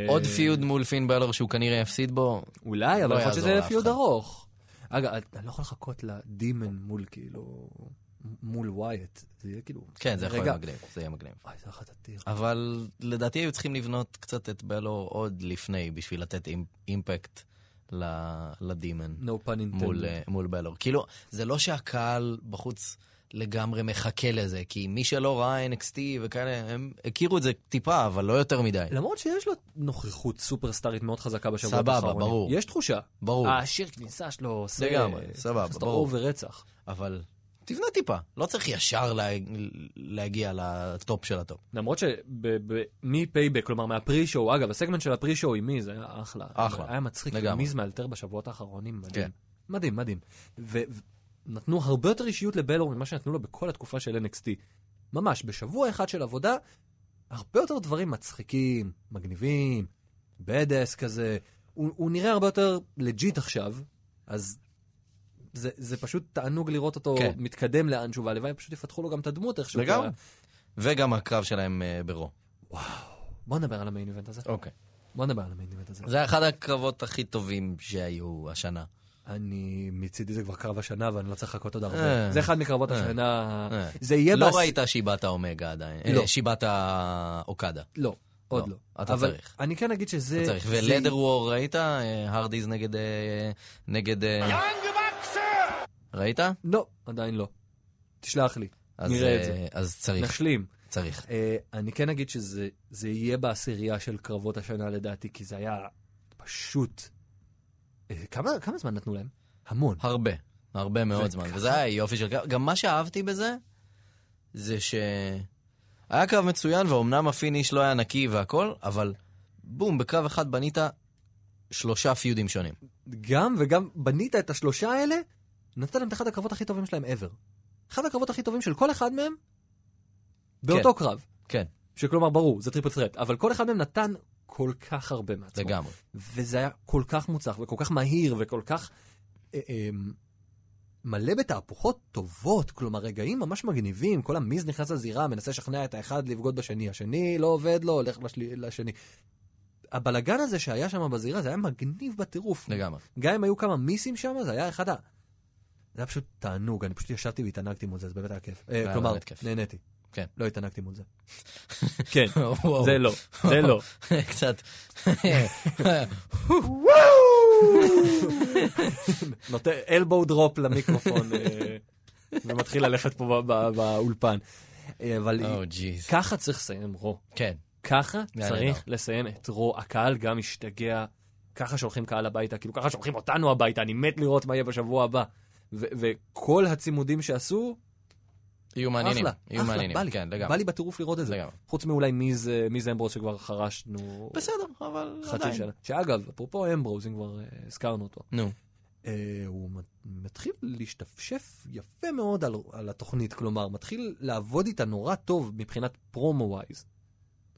Speaker 4: עוד פיוד מול פין בלר שהוא כנראה יפסיד בו,
Speaker 3: אה, אולי, אבל
Speaker 4: לא
Speaker 3: יכול להיות
Speaker 4: יעזור
Speaker 3: שזה
Speaker 4: לאף
Speaker 3: פיוד
Speaker 4: אחד.
Speaker 3: ארוך. אגב, אני לא יכול לחכות לדימן מול כאילו... מול ווייט. זה יהיה כאילו...
Speaker 4: כן, זה יכול
Speaker 3: רגע.
Speaker 4: להיות מגניב, זה יהיה מגניב.
Speaker 3: וואי, זה אחת עתיר.
Speaker 4: אבל לדעתי היו צריכים לבנות קצת את בלור עוד לפני, בשביל לתת אימ- אימפקט ל- לדימן
Speaker 3: No pun intended.
Speaker 4: מול, אה, מול בלור. כאילו, זה לא שהקהל בחוץ לגמרי מחכה לזה, כי מי שלא ראה NXT וכאלה, הם הכירו את זה טיפה, אבל לא יותר מדי.
Speaker 3: למרות שיש לו נוכחות סופרסטארית מאוד חזקה בשבוע
Speaker 4: סבבה,
Speaker 3: האחרון.
Speaker 4: ברור.
Speaker 3: יש תחושה. אה,
Speaker 4: ברור.
Speaker 3: השיר כניסה שלו עושה...
Speaker 4: לגמרי, סבבה,
Speaker 3: עושה
Speaker 4: ברור.
Speaker 3: אור ורצח.
Speaker 4: אבל תבנה טיפה, לא צריך ישר לה... להגיע לטופ של הטופ.
Speaker 3: למרות שמפייבק, כלומר מהפרי-שואו, אגב, הסגמנט של הפרי-שואו עם מי, זה היה אחלה.
Speaker 4: אחלה,
Speaker 3: היה מצחיק,
Speaker 4: לגמרי.
Speaker 3: מי זה מאלתר בשבועות האחרונים, מדהים.
Speaker 4: כן.
Speaker 3: מדהים, מדהים. ונתנו הרבה יותר אישיות לבלור ממה שנתנו לו בכל התקופה של NXT. ממש, בשבוע אחד של עבודה, הרבה יותר דברים מצחיקים, מגניבים, בדס כזה. הוא, הוא נראה הרבה יותר לג'יט עכשיו, אז זה, זה פשוט תענוג לראות אותו
Speaker 4: כן.
Speaker 3: מתקדם לאנשהו, והלוואי פשוט יפתחו לו גם את הדמות איכשהו.
Speaker 4: לגמרי. וגם הקרב שלהם אה, ברו.
Speaker 3: בוא נדבר על המיין איבנט הזה.
Speaker 4: אוקיי.
Speaker 3: בוא נדבר על המיין איבנט הזה.
Speaker 4: זה אחד הקרבות הכי טובים שהיו השנה.
Speaker 3: אני, מצידי זה כבר קרב השנה ואני לא צריך לחכות עוד הרבה.
Speaker 4: אה.
Speaker 3: זה אחד מקרבות
Speaker 4: אה.
Speaker 3: השנה.
Speaker 4: אה.
Speaker 3: זה יהיה
Speaker 4: לא
Speaker 3: בס-
Speaker 4: ראית שיבאטה אומגה עדיין.
Speaker 3: לא.
Speaker 4: אה, שיבאטה אוקדה.
Speaker 3: לא, עוד
Speaker 4: לא,
Speaker 3: לא.
Speaker 4: אתה
Speaker 3: אבל
Speaker 4: צריך.
Speaker 3: אני כן אגיד שזה...
Speaker 4: אתה צריך.
Speaker 3: זה-
Speaker 4: ולדר וור ראית? אה, הרדיז נגד... אה, נגד... אה, ראית?
Speaker 3: לא, עדיין לא. תשלח לי.
Speaker 4: אז,
Speaker 5: נראה את זה.
Speaker 4: אה, אז צריך,
Speaker 3: נשלים.
Speaker 4: צריך.
Speaker 3: אה, אני כן אגיד שזה זה יהיה בעשירייה של קרבות השנה לדעתי, כי זה היה פשוט... אה, כמה, כמה זמן נתנו להם? המון.
Speaker 4: הרבה, הרבה מאוד
Speaker 3: וככה-
Speaker 4: זמן. וזה היה יופי של קרב. גם מה שאהבתי בזה, זה ש... היה קרב מצוין, ואומנם הפיניש לא היה נקי והכל, אבל בום, בקרב אחד בנית שלושה פיודים שונים.
Speaker 3: גם וגם בנית את השלושה האלה, נתת להם את אחד הקרבות הכי טובים שלהם ever. אחד הקרבות הכי טובים של כל אחד מהם, באותו קרב.
Speaker 4: כן.
Speaker 3: שכלומר, ברור, זה טריפל סרט, אבל כל אחד מהם נתן כל כך הרבה מעצמו.
Speaker 4: לגמרי.
Speaker 3: וזה היה כל כך מוצלח, וכל כך מהיר, וכל כך אה, אה, מלא בתהפוכות טובות, כלומר, רגעים ממש מגניבים, כל המיז נכנס לזירה, מנסה לשכנע את האחד לבגוד בשני, השני לא עובד לו, הולך לשלי, לשני. הבלגן הזה שהיה שם בזירה, זה היה מגניב בטירוף.
Speaker 4: לגמרי.
Speaker 3: גם אם היו כמה מיסים שם, זה היה אחד ה... זה היה פשוט תענוג, אני פשוט ישבתי והתענגתי מול זה, זה באמת היה כיף. אה,
Speaker 4: היה
Speaker 3: כלומר,
Speaker 4: באמת כיף.
Speaker 3: נהניתי.
Speaker 4: כן.
Speaker 3: לא התענגתי מול זה. כן,
Speaker 4: וואו.
Speaker 5: זה לא, זה לא.
Speaker 4: קצת.
Speaker 3: נותן אלבו דרופ למיקרופון אה, ומתחיל ללכת פה ב- ב- באולפן. אה, אבל
Speaker 4: או ג'יז.
Speaker 3: ככה צריך לסיים רו.
Speaker 4: Oh, כן,
Speaker 3: ככה
Speaker 4: נהדר.
Speaker 3: צריך לסיים את רו. הקהל גם השתגע, ככה שולחים קהל הביתה, כאילו ככה שולחים אותנו הביתה, אני מת לראות מה יהיה בשבוע הבא. ו- וכל הצימודים שעשו,
Speaker 4: יהיו מעניינים.
Speaker 3: אחלה,
Speaker 4: יהיו
Speaker 3: אחלה,
Speaker 4: מעניינים.
Speaker 3: בא לי,
Speaker 4: כן, לגמרי.
Speaker 3: בא לי בטירוף לראות את זה.
Speaker 4: לגמרי.
Speaker 3: חוץ מאולי מיז מיז אמברוס שכבר חרשנו
Speaker 4: בסדר, אבל
Speaker 3: חצי שנה. שאגב, אפרופו אמברוז, אם כבר אה, הזכרנו אותו,
Speaker 4: נו,
Speaker 3: אה, הוא מת- מתחיל להשתפשף יפה מאוד על, על התוכנית, כלומר, מתחיל לעבוד איתה נורא טוב מבחינת פרומו-ווייז.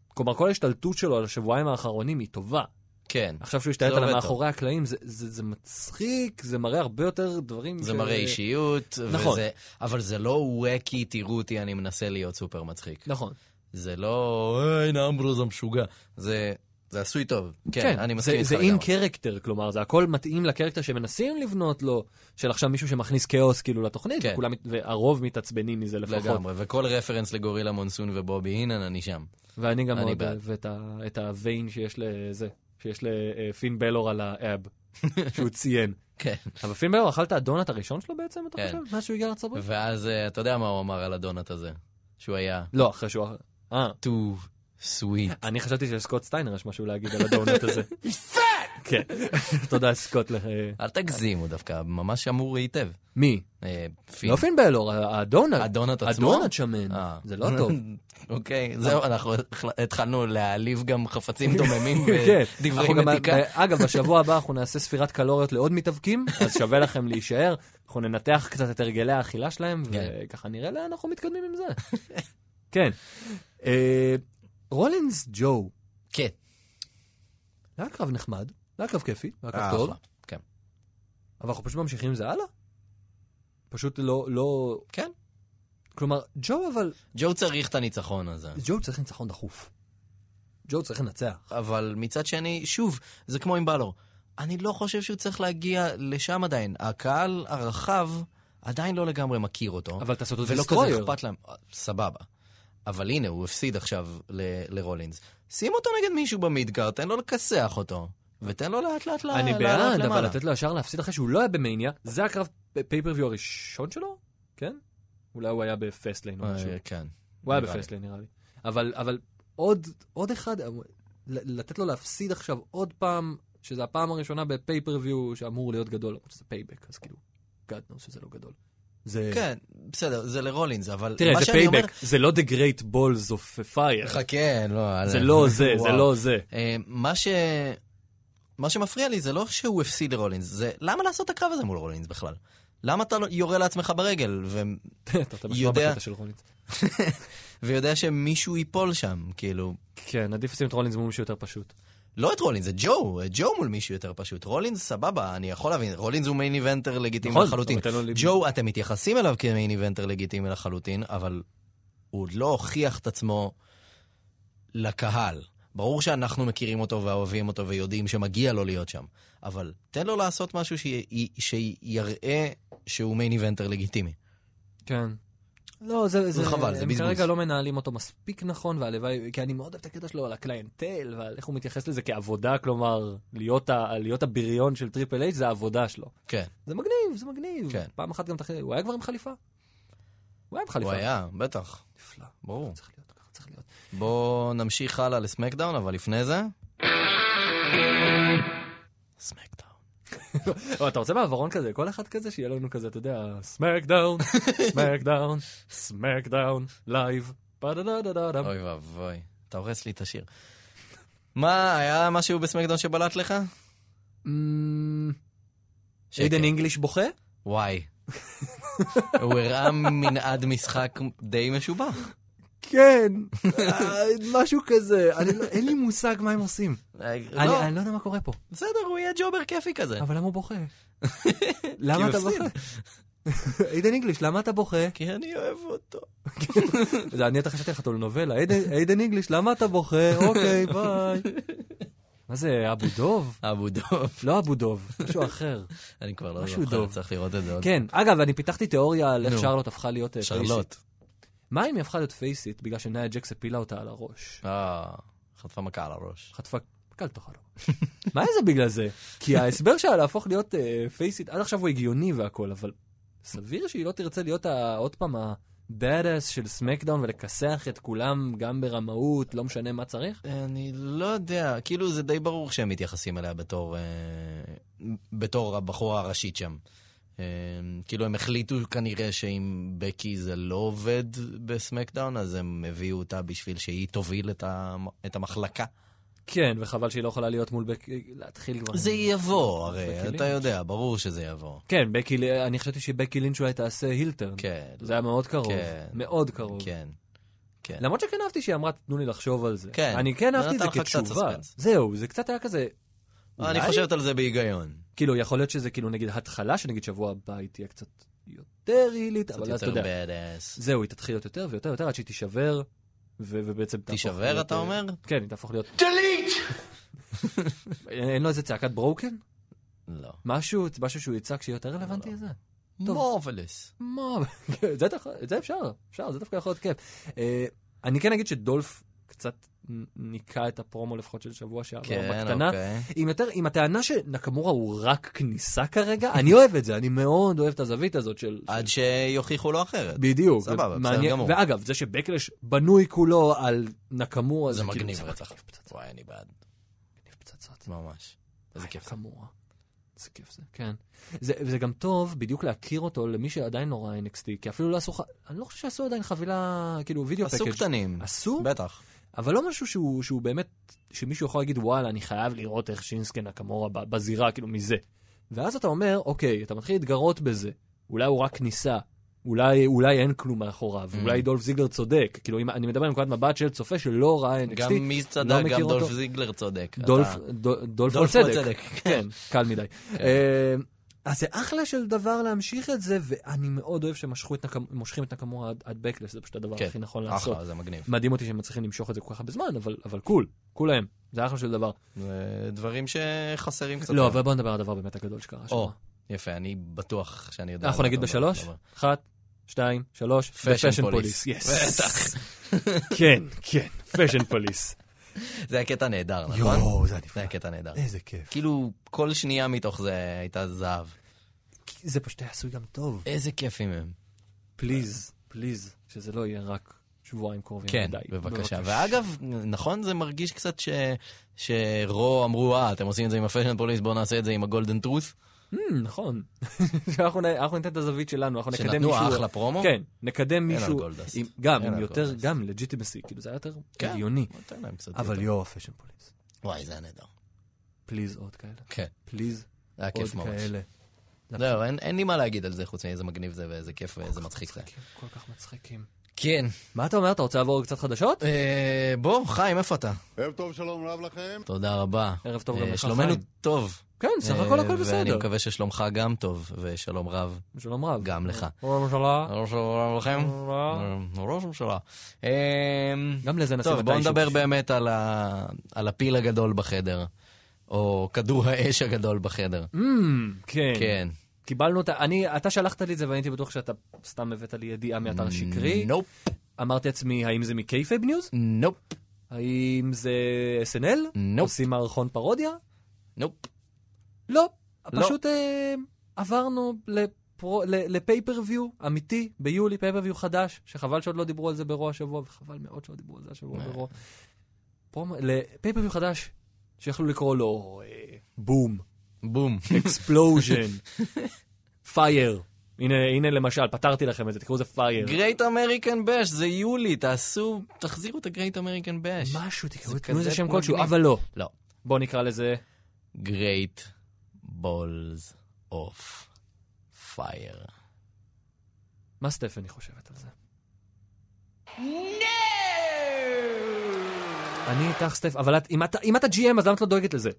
Speaker 3: כלומר, כל ההשתלטות שלו על השבועיים האחרונים היא טובה.
Speaker 4: כן.
Speaker 3: עכשיו שהוא
Speaker 4: זה
Speaker 3: השתלט על
Speaker 4: עובד
Speaker 3: המאחורי הקלעים, זה, זה, זה מצחיק, זה מראה הרבה יותר דברים
Speaker 4: זה מראה אישיות,
Speaker 3: נכון.
Speaker 4: וזה, אבל זה לא ווקי, תראו אותי, אני מנסה להיות סופר מצחיק.
Speaker 3: נכון.
Speaker 4: זה לא, "אה, הנה אמברוז המשוגע. זה, זה עשוי טוב. כן, אני מסכים
Speaker 3: זה-
Speaker 4: איתך
Speaker 3: זה אין
Speaker 4: לגמרי.
Speaker 3: קרקטר, כלומר, זה הכל מתאים לקרקטר שמנסים לבנות לו, של עכשיו מישהו שמכניס כאוס כאילו לתוכנית,
Speaker 4: כן.
Speaker 3: וכולם מת- והרוב מתעצבנים מזה לפחות.
Speaker 4: לגמרי, וכל רפרנס לגורילה מונסון ובובי הינן, אני שם.
Speaker 3: ואני גם
Speaker 4: אני
Speaker 3: מאוד
Speaker 4: בעד.
Speaker 3: אוהב את ה- את הוויין שיש לזה, שיש לפין בלור על האב, שהוא ציין.
Speaker 4: כן.
Speaker 3: אבל פין בלור אכל את הדונלד הראשון שלו בעצם, אתה
Speaker 4: כן.
Speaker 3: חושב? מאז שהוא הגיע לארצות הברית?
Speaker 4: ואז אה, אתה יודע מה הוא אמר על הדונט הזה, שהוא היה
Speaker 3: לא, אחרי שהוא... אה,
Speaker 4: too sweet.
Speaker 3: אני חשבתי שלסקוט סטיינר יש משהו להגיד על הדונלד הזה. כן. תודה, סקוט. לך-
Speaker 4: אל תגזים, הוא דווקא ממש אמור היטב.
Speaker 3: מי?
Speaker 4: אה, פין.
Speaker 3: לא פין בלור, ה- הדונלד.
Speaker 4: הדונט עצמו?
Speaker 3: הדונלד שמן.
Speaker 4: אה.
Speaker 3: זה לא טוב.
Speaker 4: אוקיי, זהו, אנחנו החל- התחלנו להעליב גם חפצים דוממים
Speaker 3: כן.
Speaker 4: ודברי
Speaker 3: אנחנו גם- אה,
Speaker 4: מתיקה.
Speaker 3: אגב, בשבוע הבא אנחנו נעשה ספירת קלוריות לעוד מתאבקים, אז שווה לכם להישאר. אנחנו ננתח קצת את הרגלי האכילה שלהם,
Speaker 4: כן.
Speaker 3: וככה נראה לאן אנחנו מתקדמים עם זה. כן. אה, רולינס ג'ו,
Speaker 4: כן.
Speaker 3: זה היה קרב נחמד, זה היה קרב כיפי, זה היה
Speaker 4: אה,
Speaker 3: קרב טוב,
Speaker 4: אחלה, כן.
Speaker 3: אבל אנחנו פשוט ממשיכים עם זה הלאה. פשוט לא, לא...
Speaker 4: כן.
Speaker 3: כלומר, ג'ו אבל...
Speaker 4: ג'ו צריך את הניצחון הזה.
Speaker 3: ג'ו צריך ניצחון דחוף. ג'ו צריך לנצח.
Speaker 4: אבל מצד שני, שוב, זה כמו עם בלור. אני לא חושב שהוא צריך להגיע לשם עדיין. הקהל הרחב עדיין לא לגמרי מכיר אותו.
Speaker 3: אבל תעשו את זה לא
Speaker 4: ולא כזה אכפת להם. אה, סבבה. אבל הנה, הוא הפסיד עכשיו ל- לרולינס. שים אותו נגד מישהו במידגר, תן לו לכסח אותו, ותן לו לאט לאט
Speaker 3: אני
Speaker 4: לעלות
Speaker 3: בעד, אבל
Speaker 4: למעלה.
Speaker 3: לתת לו ישר להפסיד אחרי שהוא לא היה במאניה, זה הקרב פייפריוויו הראשון שלו? כן? אולי הוא היה בפסטליין או
Speaker 4: אה,
Speaker 3: משהו.
Speaker 4: כן.
Speaker 3: הוא היה
Speaker 4: נראה לי.
Speaker 3: בפסטליין נראה לי. אבל, אבל עוד, עוד אחד, אה, ל- לתת לו להפסיד עכשיו עוד פעם, שזו הפעם הראשונה בפייפריוויו שאמור להיות גדול, למרות שזה פייבק, אז כאילו, God knows שזה לא גדול. זה...
Speaker 4: כן, בסדר, זה לרולינס, אבל...
Speaker 3: תראה,
Speaker 4: מה
Speaker 3: זה
Speaker 4: שאני אומר-
Speaker 3: פייבק, זה לא The Great Balls of Fire.
Speaker 4: חכה, לא...
Speaker 3: זה
Speaker 4: אל-
Speaker 3: לא זה, זה
Speaker 4: וואו.
Speaker 3: לא זה.
Speaker 4: אה, מה ש... מה שמפריע לי זה לא שהוא הפסיד לרולינס, זה למה לעשות את הקרב הזה מול רולינס בכלל? למה אתה לא- יורה לעצמך ברגל ו...
Speaker 3: אתה אתה משמע
Speaker 4: יודע-
Speaker 3: בקטע של רולינס.
Speaker 4: ויודע שמישהו ייפול שם, כאילו...
Speaker 3: כן, עדיף לשים את רולינס מומשי יותר פשוט.
Speaker 4: לא את רולינס, זה ג'ו, אה, ג'ו מול מישהו יותר פשוט. רולינס, סבבה, אני יכול להבין, רולינס הוא מיין איבנטר לגיטימי
Speaker 3: נכון,
Speaker 4: לחלוטין.
Speaker 3: אבל תן לו לב-
Speaker 4: ג'ו, אתם מתייחסים אליו כמיין איבנטר לגיטימי לחלוטין, אבל הוא עוד לא הוכיח את עצמו לקהל. ברור שאנחנו מכירים אותו ואוהבים אותו ויודעים שמגיע לו להיות שם, אבל תן לו לעשות משהו שי- שיראה שהוא מיין איבנטר לגיטימי.
Speaker 3: כן. לא, זה, זה,
Speaker 4: חבל, זה
Speaker 3: הם
Speaker 4: בזבוז.
Speaker 3: כרגע לא מנהלים אותו מספיק נכון, והלוואי, כי אני מאוד אוהב את הקטע שלו על הקליינטל, ועל איך הוא מתייחס לזה כעבודה, כלומר, להיות, ה, להיות הבריון של טריפל אייץ' זה העבודה שלו.
Speaker 4: כן.
Speaker 3: זה מגניב, זה מגניב.
Speaker 4: כן.
Speaker 3: פעם אחת גם תחליט, הוא היה כבר עם חליפה? הוא היה בחליפה.
Speaker 4: הוא היה, בטח.
Speaker 3: נפלא.
Speaker 4: ברור.
Speaker 3: צריך להיות, ככה צריך להיות.
Speaker 4: בואו נמשיך הלאה לסמקדאון, אבל לפני זה... סמקדאון.
Speaker 3: או, אתה רוצה מעברון כזה? כל אחד כזה שיהיה לנו כזה, אתה יודע, סמקדאון, סמקדאון, סמקדאון, לייב. פדדדדדם.
Speaker 4: אוי ואבוי, אתה הורס לי את השיר. מה, היה משהו בסמקדאון שבלט לך?
Speaker 3: אמ,
Speaker 4: שקר.
Speaker 3: איידן אינגליש בוכה?
Speaker 4: וואי. הוא הראה מנעד משחק די משובח.
Speaker 3: כן, אה, משהו כזה. אני לא- אין לי מושג מה הם עושים. אני
Speaker 4: לא,
Speaker 3: אני לא יודע מה קורה פה,
Speaker 4: בסדר, הוא יהיה ג'ובר כיפי כזה.
Speaker 3: אבל למה הוא בוכה? למה אתה
Speaker 4: הפסיד.
Speaker 3: בוכה? איידן אינגליש, למה אתה בוכה?
Speaker 4: כי אני אוהב אותו.
Speaker 3: זה אני אתה חשבתי לך טולנובלה, איידן איידן אינגליש, למה אתה בוכה? אוקיי, ביי. מה זה, אבו דוב?
Speaker 4: אבו דוב.
Speaker 3: לא אבו דוב, משהו אחר.
Speaker 4: אני כבר לא
Speaker 3: משהו
Speaker 4: זוכר,
Speaker 3: דוב.
Speaker 4: צריך לראות את זה עוד.
Speaker 3: כן, אגב, אני פיתחתי תיאוריה על איך
Speaker 4: נו.
Speaker 3: שרלוט הפכה להיות אה, פייסית.
Speaker 4: שרלוט.
Speaker 3: מה אם היא הפכה להיות פייסית בגלל שנאיה ג'קס הפילה אותה על הראש?
Speaker 4: אה, חטפה מכה על הראש.
Speaker 3: חטפה קל תוך הראש. מה זה בגלל זה? כי ההסבר שלה להפוך להיות אה, פייסית, עד עכשיו הוא הגיוני והכל, אבל סביר שהיא לא תרצה להיות ה- עוד פעם ה-badass של סמקדאון ולכסח את כולם גם ברמאות, לא משנה מה צריך?
Speaker 4: אני לא יודע, כאילו זה די ברור שהם מתייחסים אליה בתור, אה, בתור הבחורה הראשית שם. אה, כאילו הם החליטו כנראה שאם בקי זה לא עובד בסמקדאון, אז הם הביאו אותה בשביל שהיא תוביל את, המ- את המחלקה.
Speaker 3: כן, וחבל שהיא לא יכולה להיות מול בקי, להתחיל כבר.
Speaker 4: זה יבוא
Speaker 3: בקי
Speaker 4: הרי, אתה
Speaker 3: לינץ'.
Speaker 4: יודע, ברור שזה יבוא.
Speaker 3: כן, בקי, ל- אני חשבתי שבקי לינץ' אולי תעשה הילטרן.
Speaker 4: כן,
Speaker 3: זה היה מאוד קרוב,
Speaker 4: כן.
Speaker 3: מאוד קרוב.
Speaker 4: כן, כן.
Speaker 3: למרות שכן אהבתי שהיא אמרה, תנו לי לחשוב על זה.
Speaker 4: כן.
Speaker 3: אני כן
Speaker 4: זה
Speaker 3: אהבתי את זה
Speaker 4: נתן לך קצת
Speaker 3: כתשובה.
Speaker 4: סספנס.
Speaker 3: זהו, זה קצת היה כזה...
Speaker 4: אני
Speaker 3: אולי?
Speaker 4: חושבת על זה בהיגיון.
Speaker 3: כאילו, יכול להיות שזה כאילו נגיד התחלה, שנגיד שבוע הבא היא תהיה קצת יותר עילית,
Speaker 4: קצת
Speaker 3: אבל אז אתה
Speaker 4: יותר
Speaker 3: יודע.
Speaker 4: badass.
Speaker 3: זהו, היא תתחיל להיות יותר ויותר ויותר עד שהיא תישבר, ו- ובעצם תהפוך
Speaker 4: תישבר,
Speaker 3: להיות,
Speaker 4: אתה
Speaker 3: אה,
Speaker 4: אומר?
Speaker 3: כן, היא תהפוך להיות... delete! אין לו איזה צעקת ברוקן?
Speaker 4: לא.
Speaker 3: משהו, משהו שהוא יצעק שיהיה יותר רלוונטי לזה? טוב.
Speaker 4: מורפלס.
Speaker 3: מה? זה, אתה יכול- זה אפשר, אפשר, זה דווקא יכול להיות כיף. אה, אני כן אגיד שדולף קצת נ- ניקה את הפרומו לפחות של שבוע שעבר
Speaker 4: כן,
Speaker 3: בקטנה.
Speaker 4: אוקיי.
Speaker 3: עם, יותר, עם הטענה שנקמורה הוא רק כניסה כרגע, אני אוהב את זה, אני מאוד אוהב את הזווית הזאת של...
Speaker 4: עד שיוכיחו לו אחרת.
Speaker 3: בדיוק.
Speaker 4: סבבה, בסדר
Speaker 3: מעניין-
Speaker 4: גמור.
Speaker 3: ואגב, זה שבקלש בנוי כולו על נקמורה,
Speaker 4: זה
Speaker 3: כאילו-
Speaker 4: מגניב
Speaker 3: זה
Speaker 4: רצח.
Speaker 3: מגניב פצצות,
Speaker 4: וואי, אני בעד.
Speaker 3: מגניב פצצות.
Speaker 4: ממש. איזה כיף. זה.
Speaker 3: אה, נקמורה. איזה כיף זה, כן. זה, וזה גם טוב בדיוק להכיר אותו למי שעדיין לא ראה NXT, כי אפילו לא עשו, ח- אני לא חושב שעשו עדיין חבילה, כאילו וידאו
Speaker 4: עשו
Speaker 3: פקאג'.
Speaker 4: קטנים.
Speaker 3: עשו,
Speaker 4: בטח.
Speaker 3: אבל לא משהו שהוא, שהוא באמת, שמישהו יכול להגיד, וואלה, אני חייב לראות איך שינסקי נקמורה ב- בזירה, כאילו, מזה. ואז אתה אומר, אוקיי, אתה מתחיל להתגרות בזה, אולי הוא רק כניסה, אולי, אולי אין כלום מאחוריו,
Speaker 4: Mm.
Speaker 3: אולי דולף זיגלר צודק, כאילו, אם, אני מדבר עם נקודת מבט של צופה שלא ראה NXT,
Speaker 4: גם מי צדק,
Speaker 3: לא מכיר
Speaker 4: גם
Speaker 3: אותו.
Speaker 4: דולף זיגלר צודק.
Speaker 3: דולף,
Speaker 4: אתה-
Speaker 3: דול- דולף הוא
Speaker 4: דולף הוא
Speaker 3: צדק.
Speaker 4: הצדק.
Speaker 3: כן, קל מדי. אה, אז זה אחלה של דבר להמשיך את זה, ואני מאוד אוהב שמשכו את נקמ- מושכים את נקמורה עד- עד בקלס, זה פשוט הדבר
Speaker 4: כן,
Speaker 3: הכי נכון לעשות.
Speaker 4: אחלה, זה מגניב.
Speaker 3: מדהים אותי שהם מצליחים למשוך את זה כל כך הרבה זמן, אבל, אבל קול, קול להם, זה אחלה של דבר.
Speaker 4: זה דברים שחסרים קצת.
Speaker 3: לא, אבל בוא נדבר על הדבר באמת הגדול שקרה שם.
Speaker 4: או, יפה, אני בטוח שאני יודע.
Speaker 3: אנחנו
Speaker 4: מה
Speaker 3: נגיד
Speaker 4: אתה אומר.
Speaker 3: בשלוש, אחת, שתיים, שלוש,
Speaker 4: Fashion
Speaker 3: ב-Fashion
Speaker 4: Police.
Speaker 3: Police, yes. כן, כן, פשן פוליס.
Speaker 4: זה היה קטע נהדר, נכון?
Speaker 3: יואו, זה
Speaker 4: זה
Speaker 3: נפלא.
Speaker 4: היה קטע נהדר.
Speaker 3: איזה כיף.
Speaker 4: כאילו, כל שנייה מתוך זה הייתה זהב.
Speaker 3: זה פשוט היה עשוי גם טוב.
Speaker 4: איזה כיפים הם.
Speaker 3: פליז, פליז, שזה לא יהיה רק שבועיים קרובים.
Speaker 4: כן,
Speaker 3: מדי.
Speaker 4: בבקשה. ואגב, נכון זה מרגיש קצת ש... שרו אמרו, אה, אתם עושים את זה עם הפשן פוליס, בואו נעשה את זה עם הגולדן טרוס.
Speaker 3: Hmm, נכון. אנחנו נ- אנחנו ניתן את הזווית שלנו, אנחנו נקדם מישהו.
Speaker 4: שנתנו אחלה פרומו.
Speaker 3: נכון, כן, נקדם
Speaker 4: על
Speaker 3: מישהו.
Speaker 4: גולדסט.
Speaker 3: עם- גם,
Speaker 4: אין
Speaker 3: עם
Speaker 4: על
Speaker 3: יותר,
Speaker 4: גולדסט.
Speaker 3: גם לג'יטימסי, כאילו זה היה יותר
Speaker 4: כן.
Speaker 3: הגיוני.
Speaker 4: נותן להם קצת
Speaker 3: אבל
Speaker 4: יותר.
Speaker 3: יו, הפשן פוליס.
Speaker 4: וואי, זה היה נהדר.
Speaker 3: פליז עוד כאלה.
Speaker 4: כן,
Speaker 3: פליז
Speaker 4: זה היה
Speaker 3: עוד
Speaker 4: כיף ממש.
Speaker 3: כאלה.
Speaker 4: זהו, אין- אין לי מה להגיד על זה חוץ מאיזה מגניב זה ואיזה כיף
Speaker 3: אה,
Speaker 4: ואיזה מצחיק זה.
Speaker 3: מצחיקים, כל כך מצחיקים.
Speaker 4: כן.
Speaker 3: מה אתה אומר? אתה רוצה לעבור קצת חדשות?
Speaker 4: אה, בוא, חיים, איפה אתה?
Speaker 6: ערב טוב, שלום רב לכם.
Speaker 4: תודה רבה.
Speaker 3: ערב טוב
Speaker 4: אה,
Speaker 3: גם לך,
Speaker 4: שלומנו
Speaker 3: חיים.
Speaker 4: טוב.
Speaker 3: כן, סך
Speaker 4: אה,
Speaker 3: הכל הכל
Speaker 4: ואני
Speaker 3: בסדר.
Speaker 4: מקווה ששלומך גם טוב, ושלום רב
Speaker 3: שלום רב.
Speaker 4: גם לך. אה,
Speaker 3: שלום הממשלה.
Speaker 4: ראש הממשלה לכם? ראש הממשלה. אה,
Speaker 3: גם לזה נשים
Speaker 4: טוב, בואו
Speaker 3: מתישהו.
Speaker 4: נדבר באמת על, ה... על הפיל הגדול בחדר, או כדור האש הגדול בחדר.
Speaker 3: Mm, כן.
Speaker 4: כן.
Speaker 3: קיבלנו את ה... אני, אתה שלחת לי את זה ואני הייתי בטוח שאתה סתם הבאת לי ידיעה מאתר שקרי.
Speaker 4: Mm, נופ,
Speaker 3: אמרתי לעצמי, האם זה מקייפייב ניוז?
Speaker 4: נופ,
Speaker 3: האם זה SNL?
Speaker 4: נופ,
Speaker 3: עושים מערכון פרודיה?
Speaker 4: נופ.
Speaker 3: לא.
Speaker 4: לא.
Speaker 3: פשוט אה, עברנו ל... לפרו- ל- לפייפריוויו אמיתי, ביולי, פייפריוויו חדש, שחבל שעוד לא דיברו על זה ברוע השבוע, וחבל מאוד שלא דיברו על זה השבוע
Speaker 4: אה.
Speaker 3: ברוע. פרומו- לפייפריוויו חדש, שיכלו לקרוא לו אה, בום,
Speaker 4: בום.
Speaker 3: אקספלוז'ן, פייר. הנה, הנה למשל, פתרתי לכם את זה, תקראו לזה פייר.
Speaker 4: גרייט אמריקן בש, זה יולי, תעשו, תחזירו את הגרייט אמריקן בש.
Speaker 3: משהו, תקראו
Speaker 4: זה
Speaker 3: את תנו לזה
Speaker 4: כזה
Speaker 3: שם כלשהו,
Speaker 4: מגניב.
Speaker 3: אבל לא.
Speaker 4: לא.
Speaker 3: בואו נקרא לזה
Speaker 4: גרייט בולס אוף פייר.
Speaker 3: מה סטפני חושבת על זה? אני איתך סטף, אבל את, אם, אתה, אם אתה GM אז למה את לא דואגת לזה?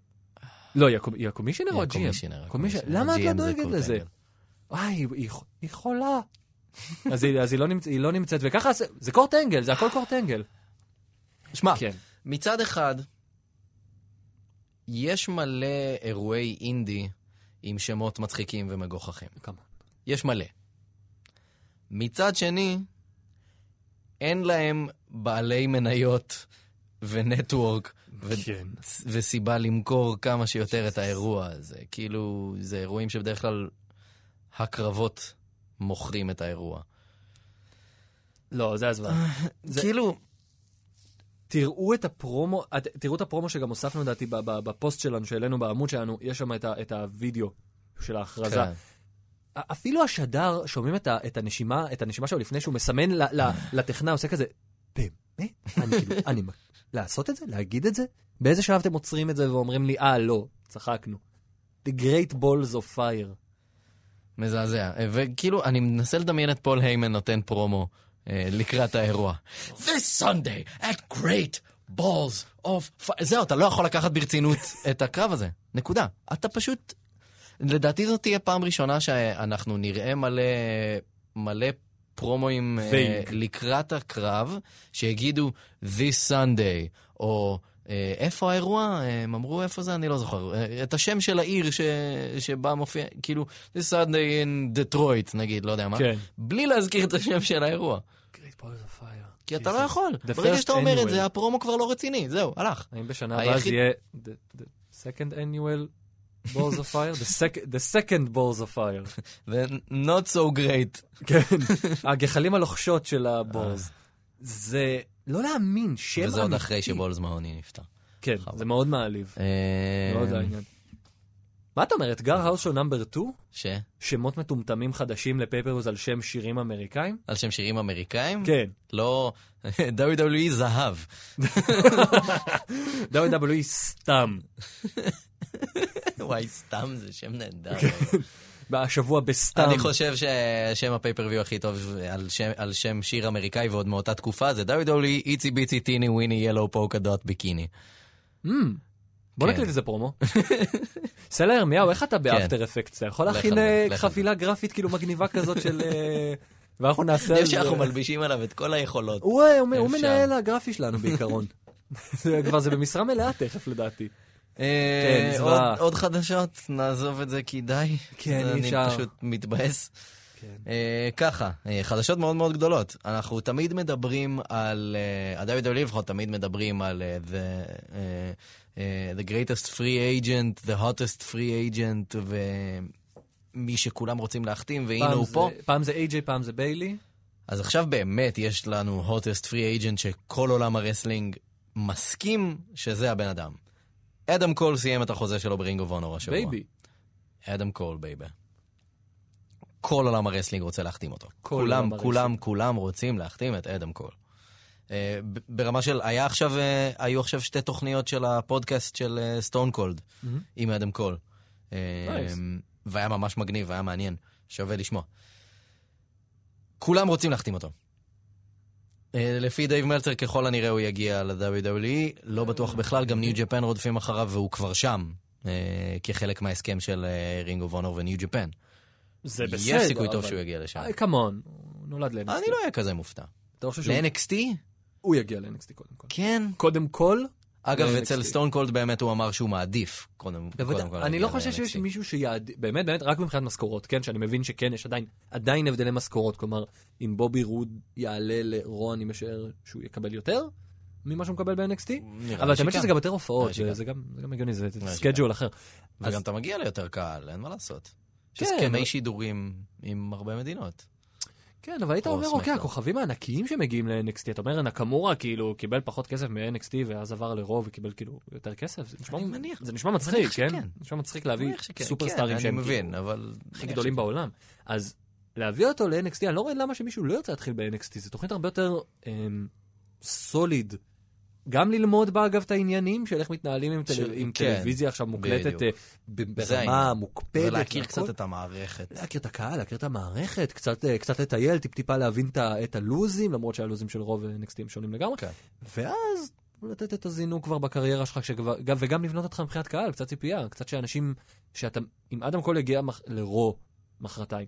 Speaker 3: לא, היא הקומ- היא הקומישיונר או ה-GM? למה את לא דואגת לזה? וואי, היא, היא, ח- היא חולה. אז, היא, אז היא, לא נמצ, היא לא נמצאת, וככה זה, זה קורט אנגל, זה הכל קורט אנגל.
Speaker 4: שמע,
Speaker 3: כן.
Speaker 4: מצד אחד, יש מלא אירועי אינדי עם שמות מצחיקים ומגוחכים.
Speaker 3: כמה?
Speaker 4: יש מלא. מצד שני, אין להם בעלי מניות ונטוורק ו-
Speaker 3: כן.
Speaker 4: וסיבה למכור כמה שיותר את האירוע הזה. כאילו, זה אירועים שבדרך כלל הקרבות מוכרים את האירוע.
Speaker 3: לא, זה הזמן. זה-
Speaker 4: כאילו,
Speaker 3: תראו את הפרומו, את- תראו את הפרומו שגם הוספנו לדעתי ב- ב- בפוסט שלנו, שהעלינו בעמוד שלנו, יש שם את ה- את הוידאו של ההכרזה.
Speaker 4: כן.
Speaker 3: אפילו השדר, שומעים את, ה, את הנשימה, את הנשימה שלו לפני שהוא מסמן ל, ל, לטכנאי, עושה כזה, באמת? אני כאילו, אני, מ- לעשות את זה? להגיד את זה? באיזה שלב אתם עוצרים את זה ואומרים לי, אה, לא, צחקנו. The great balls of fire.
Speaker 4: מזעזע. אה, וכאילו, אני מנסה לדמיין את פול היימן נותן פרומו אה, לקראת האירוע. This Sunday at great balls of... fi-" זהו, אתה לא יכול לקחת ברצינות את הקרב הזה. נקודה. אתה פשוט... לדעתי זאת תהיה פעם ראשונה שאנחנו נראה מלא, מלא פרומואים אה,
Speaker 3: Vague.
Speaker 4: לקראת הקרב, שיגידו This Sunday, או אה, איפה האירוע? הם אמרו איפה זה? אני לא זוכר. אה, את השם של העיר ש... שבה מופיע, כאילו, This Sunday in Detroit, נגיד, לא יודע מה.
Speaker 3: כן.
Speaker 4: בלי להזכיר את השם של האירוע.
Speaker 3: Great balls of fire.
Speaker 4: כי אתה לא יכול.
Speaker 3: The
Speaker 4: ברגע
Speaker 3: first
Speaker 4: שאתה אומר
Speaker 3: annual.
Speaker 4: את זה, הפרומו כבר לא רציני, זהו, הלך.
Speaker 3: האם בשנה הבאה זה
Speaker 4: היחיד-
Speaker 3: יהיה the, the second annual balls of fire? The, sec, the second balls of fire.
Speaker 4: זה not so great.
Speaker 3: כן. הגחלים הלוחשות של הבורז. זה לא להאמין, שם
Speaker 4: אה. וזה עוד אחרי
Speaker 3: אמיתי.
Speaker 4: שבולז מעוני נפטר.
Speaker 3: כן, זה מאוד מעליב. מאוד
Speaker 4: אה,
Speaker 3: העניין. מה את אומרת, גר האוסו נאמבר 2?
Speaker 4: ש?
Speaker 3: שמות מטומטמים חדשים לפייפריוז על שם שירים אמריקאים?
Speaker 4: על שם שירים אמריקאים?
Speaker 3: כן.
Speaker 4: לא, WWE זהב.
Speaker 3: WWE E סתם.
Speaker 4: וואי, סתם זה שם נהדר.
Speaker 3: השבוע בסתם.
Speaker 4: אני חושב ששם הפייפריוויו הכי טוב על שם- על שם שיר אמריקאי ועוד מאותה תקופה זה E WWE איצי ביצי טיני וויני ילו פוקה דוט ביקיני.
Speaker 3: אמ, בוא
Speaker 4: כן.
Speaker 3: נקליט איזה פרומו. סלע ירמיהו, איך אתה באפטר אפקט? אתה יכול
Speaker 4: כן. לך
Speaker 3: להכין
Speaker 4: על זה,
Speaker 3: אה,
Speaker 4: לך על זה.
Speaker 3: חבילה גרפית כאילו מגניבה כזאת של... אה, ואנחנו נעשה על
Speaker 4: זה
Speaker 3: זה.
Speaker 4: שאנחנו מלבישים עליו את כל היכולות.
Speaker 3: הוא, אה, הוא- הוא
Speaker 4: אפשר.
Speaker 3: מנהל הגרפי שלנו בעיקרון. זה כבר זה במשרה מלאה תכף לדעתי.
Speaker 4: אה,
Speaker 3: כן,
Speaker 4: עוד-
Speaker 3: זוועה.
Speaker 4: עוד חדשות, נעזוב את זה כי די.
Speaker 3: כן, אי
Speaker 4: אני
Speaker 3: אפשר.
Speaker 4: פשוט מתבאס.
Speaker 3: כן.
Speaker 4: אה, ככה, אה, חדשות מאוד מאוד גדולות. אנחנו תמיד מדברים על, אה, הדוד אולי לפחות תמיד מדברים על אה, the, אה, אה, the greatest free agent, the hottest free agent, ומי שכולם רוצים להחתים, והנה
Speaker 3: פעם
Speaker 4: הוא
Speaker 3: זה-
Speaker 4: פה.
Speaker 3: פעם זה איי-ג'יי, פעם זה ביילי.
Speaker 4: אז עכשיו באמת יש לנו hottest free agent שכל עולם הרסלינג מסכים שזה הבן אדם. אדם קול סיים את החוזה שלו ברינג אוף אונור השבוע.
Speaker 3: בייבי.
Speaker 4: אדם קול, בייבי. כל עולם הרסלינג רוצה להחתים אותו.
Speaker 3: עולם
Speaker 4: כולם,
Speaker 3: הרסלינג.
Speaker 4: כולם, כולם רוצים להחתים את אדם קול. אה, ב- ברמה של, היה עכשיו, אה, היו עכשיו שתי תוכניות של הפודקאסט של אה, סטון קולד עם אדם קול. אה,
Speaker 3: Nice.
Speaker 4: והיה ממש מגניב, היה מעניין, שווה לשמוע. כולם רוצים להחתים אותו. אה, לפי דייב מלצר, ככל הנראה הוא יגיע ל-WWE, לא בטוח בכלל, גם ניו ג'פן רודפים אחריו והוא כבר שם, אה, כחלק מההסכם של אה, רינג אוף אונור וניו ג'פן.
Speaker 3: זה בסדר,
Speaker 4: יש סיכוי טוב
Speaker 3: אבל-
Speaker 4: שהוא יגיע לשם.
Speaker 3: אה, כמון, הוא נולד ל-NXT.
Speaker 4: אני לא אהיה כזה מופתע.
Speaker 3: אתה חושב שהוא...
Speaker 4: ל-NXT?
Speaker 3: הוא יגיע ל-NXT קודם כל.
Speaker 4: כן.
Speaker 3: קודם כל,
Speaker 4: אגב,
Speaker 3: ל-
Speaker 4: אצל
Speaker 3: NXT.
Speaker 4: סטון קולד באמת הוא אמר שהוא מעדיף, קודם
Speaker 3: בוודאי,
Speaker 4: קודם כל.
Speaker 3: אני
Speaker 4: להגיע
Speaker 3: לא חושב שיש
Speaker 4: ל-NXT.
Speaker 3: מישהו שיעד... באמת, באמת, רק מבחינת משכורות, כן? שאני מבין שכן, יש עדיין, עדיין הבדלי משכורות. כלומר, אם בובי רוד יעלה לרו, אני משער שהוא יקבל יותר ממה שהוא מקבל ב-NXT.
Speaker 4: נראה
Speaker 3: אבל
Speaker 4: לי
Speaker 3: האמת
Speaker 4: שכן.
Speaker 3: שזה גם יותר הופעות,
Speaker 4: נראה לי
Speaker 3: זה- זה גם זה גם הגיוני, זה
Speaker 4: לי
Speaker 3: סקייג'ול אחר. אז-
Speaker 4: וגם אתה מגיע ליותר קהל, אין מה לעשות. יש
Speaker 3: כן, אבל-
Speaker 4: הסכמי שידורים עם הרבה מדינות.
Speaker 3: כן, אבל היית
Speaker 4: או
Speaker 3: אומר, אוקיי,
Speaker 4: סמקדאון.
Speaker 3: הכוכבים הענקיים שמגיעים ל-NXT, אתה אומר, נקמורה כאילו קיבל פחות כסף מ-NXT ואז עבר לרוב וקיבל כאילו יותר כסף? זה נשמע,
Speaker 4: אני מניח-
Speaker 3: זה נשמע מצחיק, כן?
Speaker 4: שכן.
Speaker 3: זה נשמע מצחיק להביא
Speaker 4: מניח שכן,
Speaker 3: סופרסטארים
Speaker 4: כן,
Speaker 3: שהם
Speaker 4: אני מבין,
Speaker 3: כאילו
Speaker 4: אבל...
Speaker 3: הכי גדולים בעולם. אז להביא אותו ל-NXT, אני לא רואה למה שמישהו לא ירצה להתחיל ב-NXT, זו תוכנית הרבה יותר אמ, סוליד. גם ללמוד בה, אגב, את העניינים של איך מתנהלים עם, טל...
Speaker 4: של-
Speaker 3: עם
Speaker 4: כן,
Speaker 3: טלוויזיה עכשיו מוקלטת
Speaker 4: בדיוק.
Speaker 3: אה, ב-
Speaker 4: זה
Speaker 3: ברמה
Speaker 4: העניין.
Speaker 3: מוקפדת.
Speaker 4: ולהכיר
Speaker 3: והכל.
Speaker 4: קצת את המערכת.
Speaker 3: להכיר את הקהל, להכיר את המערכת, קצת, אה, קצת לטייל, טיפ-טיפה להבין את ה- את הלוזים, למרות שהלוזים של רוב נקסטים שונים לגמרי.
Speaker 4: כן.
Speaker 3: ואז לתת את הזינוק כבר בקריירה שלך, כשכבר, גם- וגם לבנות אותך מבחינת קהל, קצת ציפייה, קצת שאנשים, שאתה, אם אדם קול יגיע מח, לרו מחרתיים,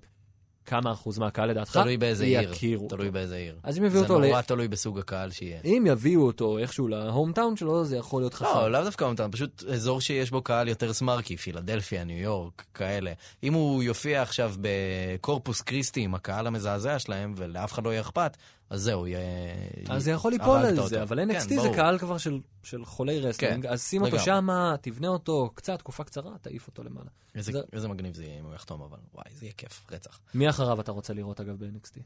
Speaker 3: כמה אחוז מהקהל לדעתך
Speaker 4: תלוי באיזה עיר.
Speaker 3: יכירו אותו?
Speaker 4: תלוי באיזה עיר.
Speaker 3: אז אם יביאו
Speaker 4: זה
Speaker 3: אותו, ל...
Speaker 4: נורא תלוי בסוג הקהל שיהיה.
Speaker 3: אם יביאו אותו איכשהו להום טאון שלו, זה יכול להיות חכם.
Speaker 4: לא, לאו דווקא אומתן, פשוט אזור שיש בו קהל יותר סמרקי, פילדלפיה, ניו יורק, כאלה. אם הוא יופיע עכשיו בקורפוס קריסטי עם הקהל המזעזע שלהם, ולאף אחד לא יהיה אכפת, אז זהו, יהיה...
Speaker 3: אז זה יכול ליפול
Speaker 4: הרגת
Speaker 3: על
Speaker 4: אותו.
Speaker 3: זה, אבל
Speaker 4: כן,
Speaker 3: NXT זה
Speaker 4: ברור. כן,
Speaker 3: קהל כבר של, של חולי רסלינג, אז שים אותו
Speaker 4: לגמרי.
Speaker 3: שמה, תבנה אותו קצת, תקופה קצרה, תעיף אותו למעלה.
Speaker 4: איזה,
Speaker 3: זה-
Speaker 4: איזה מגניב זה יהיה אם הוא יחתום, אבל וואי, זה יהיה כיף, רצח.
Speaker 3: מי אחריו אתה רוצה לראות אגב ב-NXT?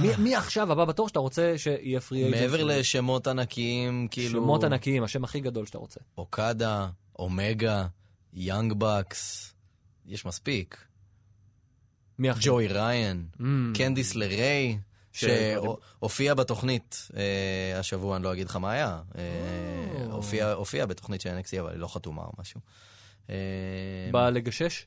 Speaker 3: מי, מי עכשיו הבא בתור שאתה רוצה שיהיה פרי אייג'נט?
Speaker 4: מעבר לשמות ענקיים, כאילו...
Speaker 3: שמות ענקיים, השם הכי גדול שאתה רוצה.
Speaker 4: אוקדה, אומגה, יאנג בקס, יש מספיק.
Speaker 3: מי אחר?
Speaker 4: ג'וי ריין,
Speaker 3: Mm.
Speaker 4: קנדיס לריי,
Speaker 3: שקודם-
Speaker 4: שהופיע בתוכנית אה, השבוע, אני לא אגיד לך מה היה. אה,
Speaker 3: או.
Speaker 4: הופיע- הופיע בתוכנית של NXT, אבל היא לא חתומה או משהו. אה,
Speaker 3: בא לגשש?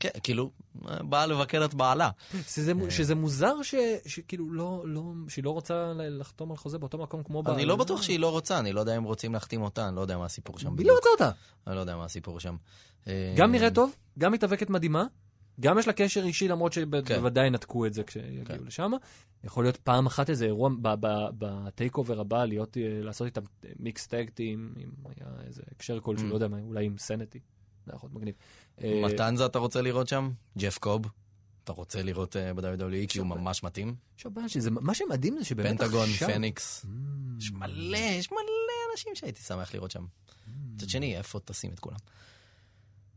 Speaker 4: כן, כאילו, אה, באה לבקר את בעלה.
Speaker 3: שזה,
Speaker 4: אה.
Speaker 3: מו- שזה מוזר ש, שכאילו לא, לא, שהיא לא רוצה ל- לחתום על חוזה באותו מקום כמו בעל.
Speaker 4: אני לא בטוח שהיא לא רוצה, אני לא יודע אם רוצים להחתים אותה, אני לא יודע מה הסיפור שם.
Speaker 3: היא לא
Speaker 4: בדיוק.
Speaker 3: רוצה אותה.
Speaker 4: אני לא יודע מה הסיפור שם. אה,
Speaker 3: גם נראית טוב, גם מתאבקת מדהימה, גם יש לה קשר אישי, למרות שבוודאי נתקו את זה כשיגיעו
Speaker 4: כן.
Speaker 3: לשם. יכול להיות פעם אחת איזה אירוע ב- ב- בטייק אובר הבא, להיות, אה, לעשות איתם מיקס טאג טים, אם היה איזה הקשר כלשהו,
Speaker 4: Mm.
Speaker 3: לא יודע מה, אולי עם סנטי. זה יכול להיות מגניב. אה,
Speaker 4: מטנזה אתה רוצה לראות שם? ג'ף קוב? אתה רוצה לראות אה, ב-WWE E, כי הוא ממש מתאים?
Speaker 3: עכשיו, הבעיה שלי, זה- מה שמדהים זה שבאמת עכשיו...
Speaker 4: פנטגון, פניקס.
Speaker 3: Mm.
Speaker 4: יש מלא, יש מלא אנשים שהייתי שמח לראות שם. מצד שני, איפה תשים את כולם?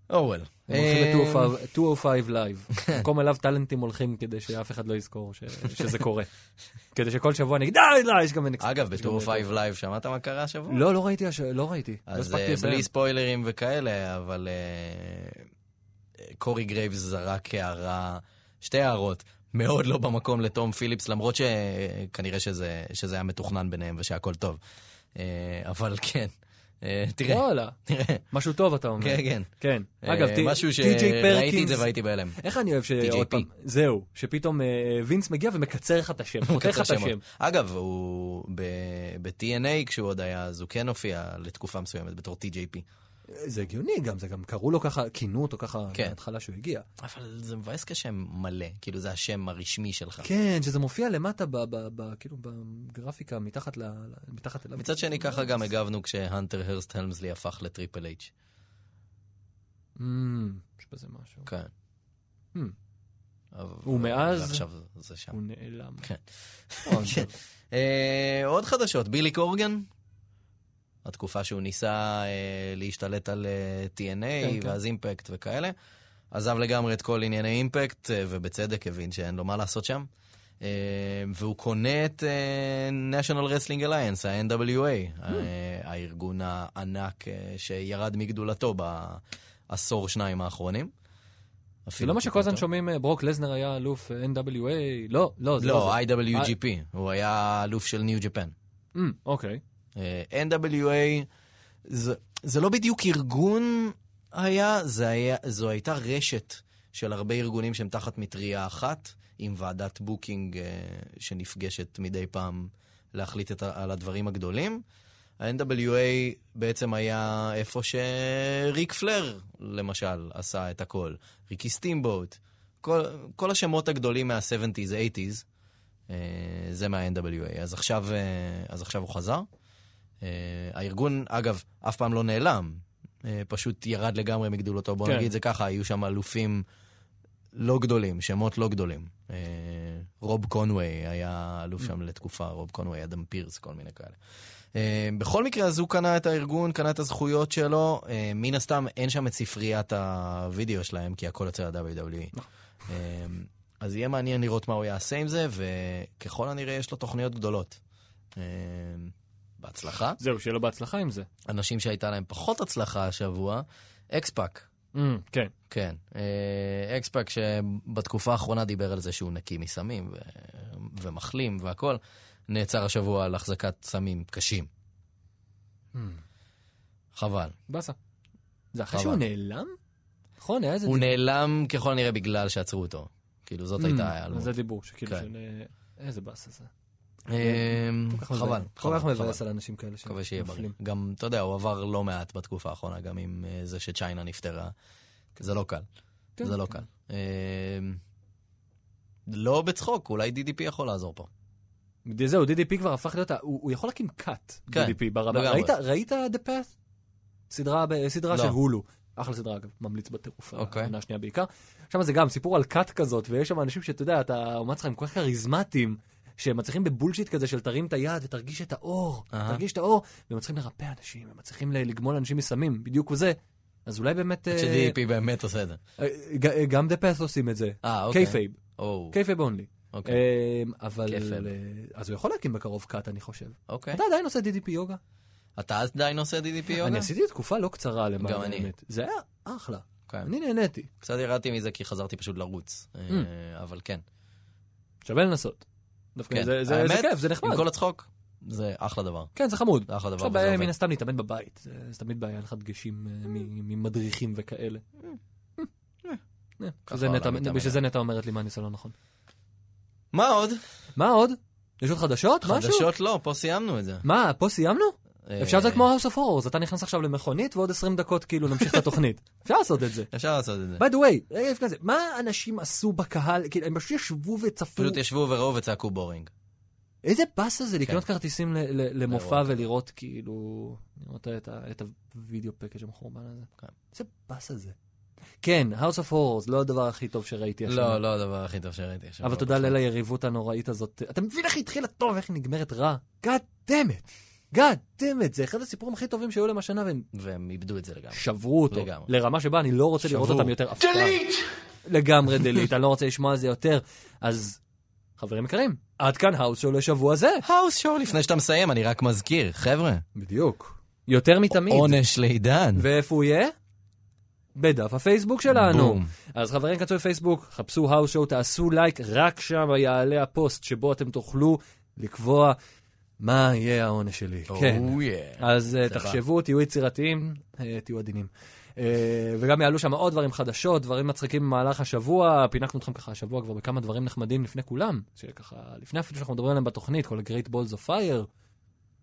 Speaker 4: אורוול. אה,
Speaker 3: הם הולכים ב-205 205 לייב.
Speaker 4: כן.
Speaker 3: במקום אליו טאלנטים הולכים כדי שאף אחד לא יזכור ש- שזה קורה. כדי שכל שבוע אני אגיד, די, לא, יש גם... NXT,
Speaker 4: אגב,
Speaker 3: יש גם
Speaker 4: בטור
Speaker 3: NXT."
Speaker 4: פייב לייב שמעת מה קרה השבוע?
Speaker 3: לא, לא ראיתי, הש- לא ראיתי. לא
Speaker 4: אז
Speaker 3: הספקתי
Speaker 4: אה,
Speaker 3: לסיים.
Speaker 4: בלי ספוילרים וכאלה, אבל אה, קורי גרייבס זרק הערה, שתי הערות, מאוד לא במקום לתום פיליפס, למרות שכנראה שזה, שזה היה מתוכנן ביניהם ושהכול טוב. אה, אבל כן, אה, תראה,
Speaker 3: וואלה,
Speaker 4: תראה,
Speaker 3: משהו טוב אתה אומר.
Speaker 4: כן, כן.
Speaker 3: כן.
Speaker 4: אה,
Speaker 3: אגב, טי-
Speaker 4: משהו
Speaker 3: טי.ג'יי
Speaker 4: שראיתי את
Speaker 3: פרקינס,
Speaker 4: זה והייתי בהלם.
Speaker 3: איך אני אוהב שעוד
Speaker 4: TJP.
Speaker 3: פעם, זהו, שפתאום אה, וינס מגיע ומקצר לך את השם, פותח לך
Speaker 4: קצר
Speaker 3: את השם.
Speaker 4: שמות. אגב, הוא ב- ב-TNA, כשהוא עוד היה, אז הוא כן הופיע לתקופה מסוימת בתור TJP.
Speaker 3: זה הגיוני גם, זה גם קראו לו ככה, כינו אותו ככה
Speaker 4: כן.
Speaker 3: בהתחלה שהוא הגיע.
Speaker 4: אבל זה מבאס כשם מלא, כאילו זה השם הרשמי שלך.
Speaker 3: כן, שזה מופיע למטה, ב- ב- ב- כאילו בגרפיקה מתחת ל- ל- מתחת אליו.
Speaker 4: מצד שני, ככה גם הגבנו כשהנטר הרסט הלמזלי הפך לטריפל אייץ'.
Speaker 3: Mm, יש בזה משהו.
Speaker 4: כן.
Speaker 3: Hmm.
Speaker 4: אבל-
Speaker 3: ומאז-
Speaker 4: ועכשיו זה שם.
Speaker 3: הוא נעלם. לא,
Speaker 4: כן.
Speaker 3: או,
Speaker 4: כן. אה, עוד חדשות, בילי קורגן, התקופה שהוא ניסה אה, להשתלט על אה,
Speaker 3: כן,
Speaker 4: TNA
Speaker 3: כן.
Speaker 4: ואז אימפקט וכאלה, עזב לגמרי את כל ענייני אימפקט, אה, ובצדק הבין שאין לו מה לעשות שם. אה, והוא קונה את אה, national wrestling alliance, ה-NWA, אה, הארגון הענק אה, שירד מגדולתו בעשור שניים האחרונים.
Speaker 3: זה
Speaker 4: אפילו
Speaker 3: לא מה שכל
Speaker 4: טיפה
Speaker 3: הזמן
Speaker 4: יותר.
Speaker 3: שומעים, אה, ברוק לזנר היה אלוף אה, NWA, לא, לא, זה
Speaker 4: לא,
Speaker 3: זה. אה.
Speaker 4: IWGP, הוא היה אלוף של ניו ג'פן.
Speaker 3: Mm,
Speaker 5: אמ,
Speaker 3: אוקיי.
Speaker 4: אה, NWA, זה, זה לא בדיוק ארגון היה, זה היה, זו הייתה רשת של הרבה ארגונים שהם תחת מטריה אחת, עם ועדת בוקינג אה, שנפגשת מדי פעם להחליט את, ה- על הדברים הגדולים. ה-NWA בעצם היה איפה שריק פלר, למשל, עשה את הכל. ריקי סטימבוט, כל, כל השמות הגדולים מה-70's, 80's, אה, זה מה-NWA. אז עכשיו, אה, אז עכשיו הוא חזר. אה, הארגון, אגב, אף פעם לא נעלם, אה, פשוט ירד לגמרי מגדולתו. בוא
Speaker 3: כן.
Speaker 4: נגיד זה ככה, היו שם אלופים לא גדולים, שמות לא גדולים. אה, רוב קונווי היה אלוף שם לתקופה, רוב קונווי, אדם פירס, כל מיני כאלה. אה, בכל מקרה, אז הוא קנה את הארגון, קנה את הזכויות שלו. אה, מן הסתם, אין שם את ספריית הוידאו שלהם, כי הכל יוצא ל-WWE. אה, אז יהיה מעניין לראות מה הוא יעשה עם זה, וככל הנראה יש לו תוכניות גדולות. אה, בהצלחה.
Speaker 5: זהו, שיהיה לו בהצלחה עם זה.
Speaker 4: אנשים שהייתה להם פחות הצלחה השבוע, אקספאק.
Speaker 5: כן.
Speaker 4: כן, אה, אקספאק שבתקופה האחרונה דיבר על זה שהוא נקי מסמים ו... ומחלים והכל, נעצר השבוע על החזקת סמים קשים. אמ. חבל.
Speaker 5: באסה. זה אחרי
Speaker 4: חבל.
Speaker 5: שהוא נעלם?
Speaker 3: נכון, היה איזה...
Speaker 4: הוא נעלם ככל הנראה בגלל שעצרו אותו. כאילו,
Speaker 3: Mm,
Speaker 4: זאת הייתה
Speaker 5: אמ, אז
Speaker 4: העלות.
Speaker 5: זה דיבור שכאילו,
Speaker 4: כן.
Speaker 5: של- איזה באסה זה.
Speaker 4: אמ, חבל.
Speaker 3: כל כך
Speaker 4: חבל,
Speaker 3: מבאס
Speaker 4: חבל.
Speaker 3: על אנשים כאלה
Speaker 4: מקווה שיהיה בריא.
Speaker 3: שנופלים.
Speaker 4: גם, אתה יודע, הוא עבר לא מעט בתקופה האחרונה, גם עם אה, זה שצ'יינה נפטרה. זה לא קל.
Speaker 3: כן.
Speaker 4: זה לא קל. אה, לא בצחוק, אולי DDP יכול לעזור פה.
Speaker 5: זהו, DDP כבר הפך להיות, ה- הוא הוא יכול להקים קאט,
Speaker 4: כן,
Speaker 5: DDP ברמה.
Speaker 4: לגמרי.
Speaker 3: ראית- ראית The Path? סדרה ב- סדרה
Speaker 4: לא.
Speaker 3: של הולו. אחלה סדרה, אגב, ממליץ בטירוף, אה,
Speaker 4: אוקיי.
Speaker 3: העונה השנייה בעיקר. שם זה גם סיפור על כת כזאת, ויש שם אנשים שאתה יודע, אתה אומר לך, הם כל כך כריזמטיים, שהם מצליחים בבולשיט כזה של תרים את היד ותרגיש את האור,
Speaker 4: אהה.
Speaker 3: תרגיש את האור, והם מצליחים לרפא אנשים, הם מצליחים ל- לגמול אנשים מסמים, בדיוק זה. אז אולי באמת... אה,
Speaker 4: ש-DDP באמת עושה את זה.
Speaker 3: אה, ג- אה, גם דה פס עושים את זה.
Speaker 4: אה, אוקיי.
Speaker 3: קייפייב,
Speaker 4: או,
Speaker 3: קייפייב אונלי.
Speaker 4: אוקיי.
Speaker 3: אמ, אבל...
Speaker 4: קייפייב.
Speaker 3: אה, אז הוא יכול להקים בקרוב כת, אני חושב.
Speaker 4: אוקיי.
Speaker 3: אתה עדיין עושה DDP יוגה?
Speaker 4: אתה עדיין עושה DDP יוגה?
Speaker 3: אני עשיתי תקופה לא קצרה למען
Speaker 4: גם אני.
Speaker 3: האמת. זה היה אחלה.
Speaker 4: כן.
Speaker 3: אני נהניתי.
Speaker 4: קצת ירדתי מזה כי חזרתי פשוט לרוץ. אה,
Speaker 3: Mm.
Speaker 4: אבל כן.
Speaker 3: שווה לנסות. דווקא
Speaker 4: כן.
Speaker 3: זה- זה זה
Speaker 4: האמת,
Speaker 3: כיף, זה נחמד.
Speaker 4: עם כל הצחוק, זה אחלה דבר.
Speaker 3: כן, זה חמוד.
Speaker 4: זה אחלה דבר.
Speaker 3: עכשיו
Speaker 4: וזה
Speaker 3: בעיה
Speaker 4: עובד. Mm.
Speaker 3: מן הסתם להתאמן בבית. זה זה תמיד בעיה, אין לך דגשים אה, מ- ממדריכים וכאלה. אה,
Speaker 4: ככה
Speaker 3: שזה
Speaker 4: העולם
Speaker 3: נטע-
Speaker 4: מתאמן.
Speaker 3: בשביל זה נטע אומרת לי מה אני עושה לא נכון.
Speaker 4: מה עוד?
Speaker 3: מה עוד? יש עוד חדשות? משהו?
Speaker 4: חדשות לא, פה סיימנו את זה.
Speaker 3: מה, פה סיימנו?
Speaker 4: אה,
Speaker 3: אפשר זה כמו House of Horrors, אתה נכנס עכשיו למכונית ועוד 20 דקות כאילו נמשיך את התוכנית. אפשר לעשות את זה.
Speaker 4: אה, אפשר לעשות את זה.
Speaker 3: by the way, רגע לפני זה, מה אנשים עשו בקהל? כאילו, הם פשוט ישבו וצפו.
Speaker 4: פשוט ישבו וראו וצעקו בורינג.
Speaker 3: איזה באסה זה לקנות כרטיסים ל- ל- למופע
Speaker 4: כן. לראות.
Speaker 3: ולראות כאילו, לראות את ה- את הוידאו פקאג' המחורבן הזה.
Speaker 4: כן.
Speaker 3: איזה באסה זה. כן, House of Horrors, לא הדבר הכי טוב שראיתי השנה.
Speaker 4: לא, לא הדבר הכי טוב שראיתי עכשיו.
Speaker 3: אבל תודה ליל היריבות הנוראית הזאת. אתה מבין איך היא התחילה טוב ואיך היא נגמרת רע? God damn it! God damn it! זה אחד הסיפורים הכי טובים שהיו להם השנה והם
Speaker 4: והם איבדו את זה לגמרי.
Speaker 3: שברו אותו.
Speaker 4: לגמרי.
Speaker 3: לרמה שבה אני לא רוצה לראות
Speaker 4: שברו.
Speaker 3: אותם יותר אף פעם. לגמרי דליט, אני לא רוצה לשמוע על זה יותר. אז, חברים יקרים, עד כאן האוס שלו לשבוע זה.
Speaker 4: האוס שואו, לפני שאתה מסיים, אני רק מזכיר, חבר'ה,
Speaker 3: בדיוק. יותר מתמיד.
Speaker 4: עונש לעידן.
Speaker 3: ואיפה הוא יהיה? בדף הפייסבוק שלנו.
Speaker 4: בום.
Speaker 3: אז חברים, כנסו לפייסבוק, חפשו האוס שואו, תעשו לייק, רק שם יעלה הפוסט שבו אתם תוכלו לקבוע מה יהיה העונש שלי. כן.
Speaker 4: Oh, yeah.
Speaker 3: אז אה,
Speaker 4: סבבה.
Speaker 3: תחשבו, תהיו יצירתיים, אה, תהיו עדינים. אה, וגם יעלו שם עוד דברים חדשות, דברים מצחיקים במהלך השבוע, פינקנו אתכם ככה השבוע כבר בכמה דברים נחמדים לפני כולם, שככה, לפני אפילו שאנחנו מדברים עליהם בתוכנית, כל ה-Great Balls of Fire,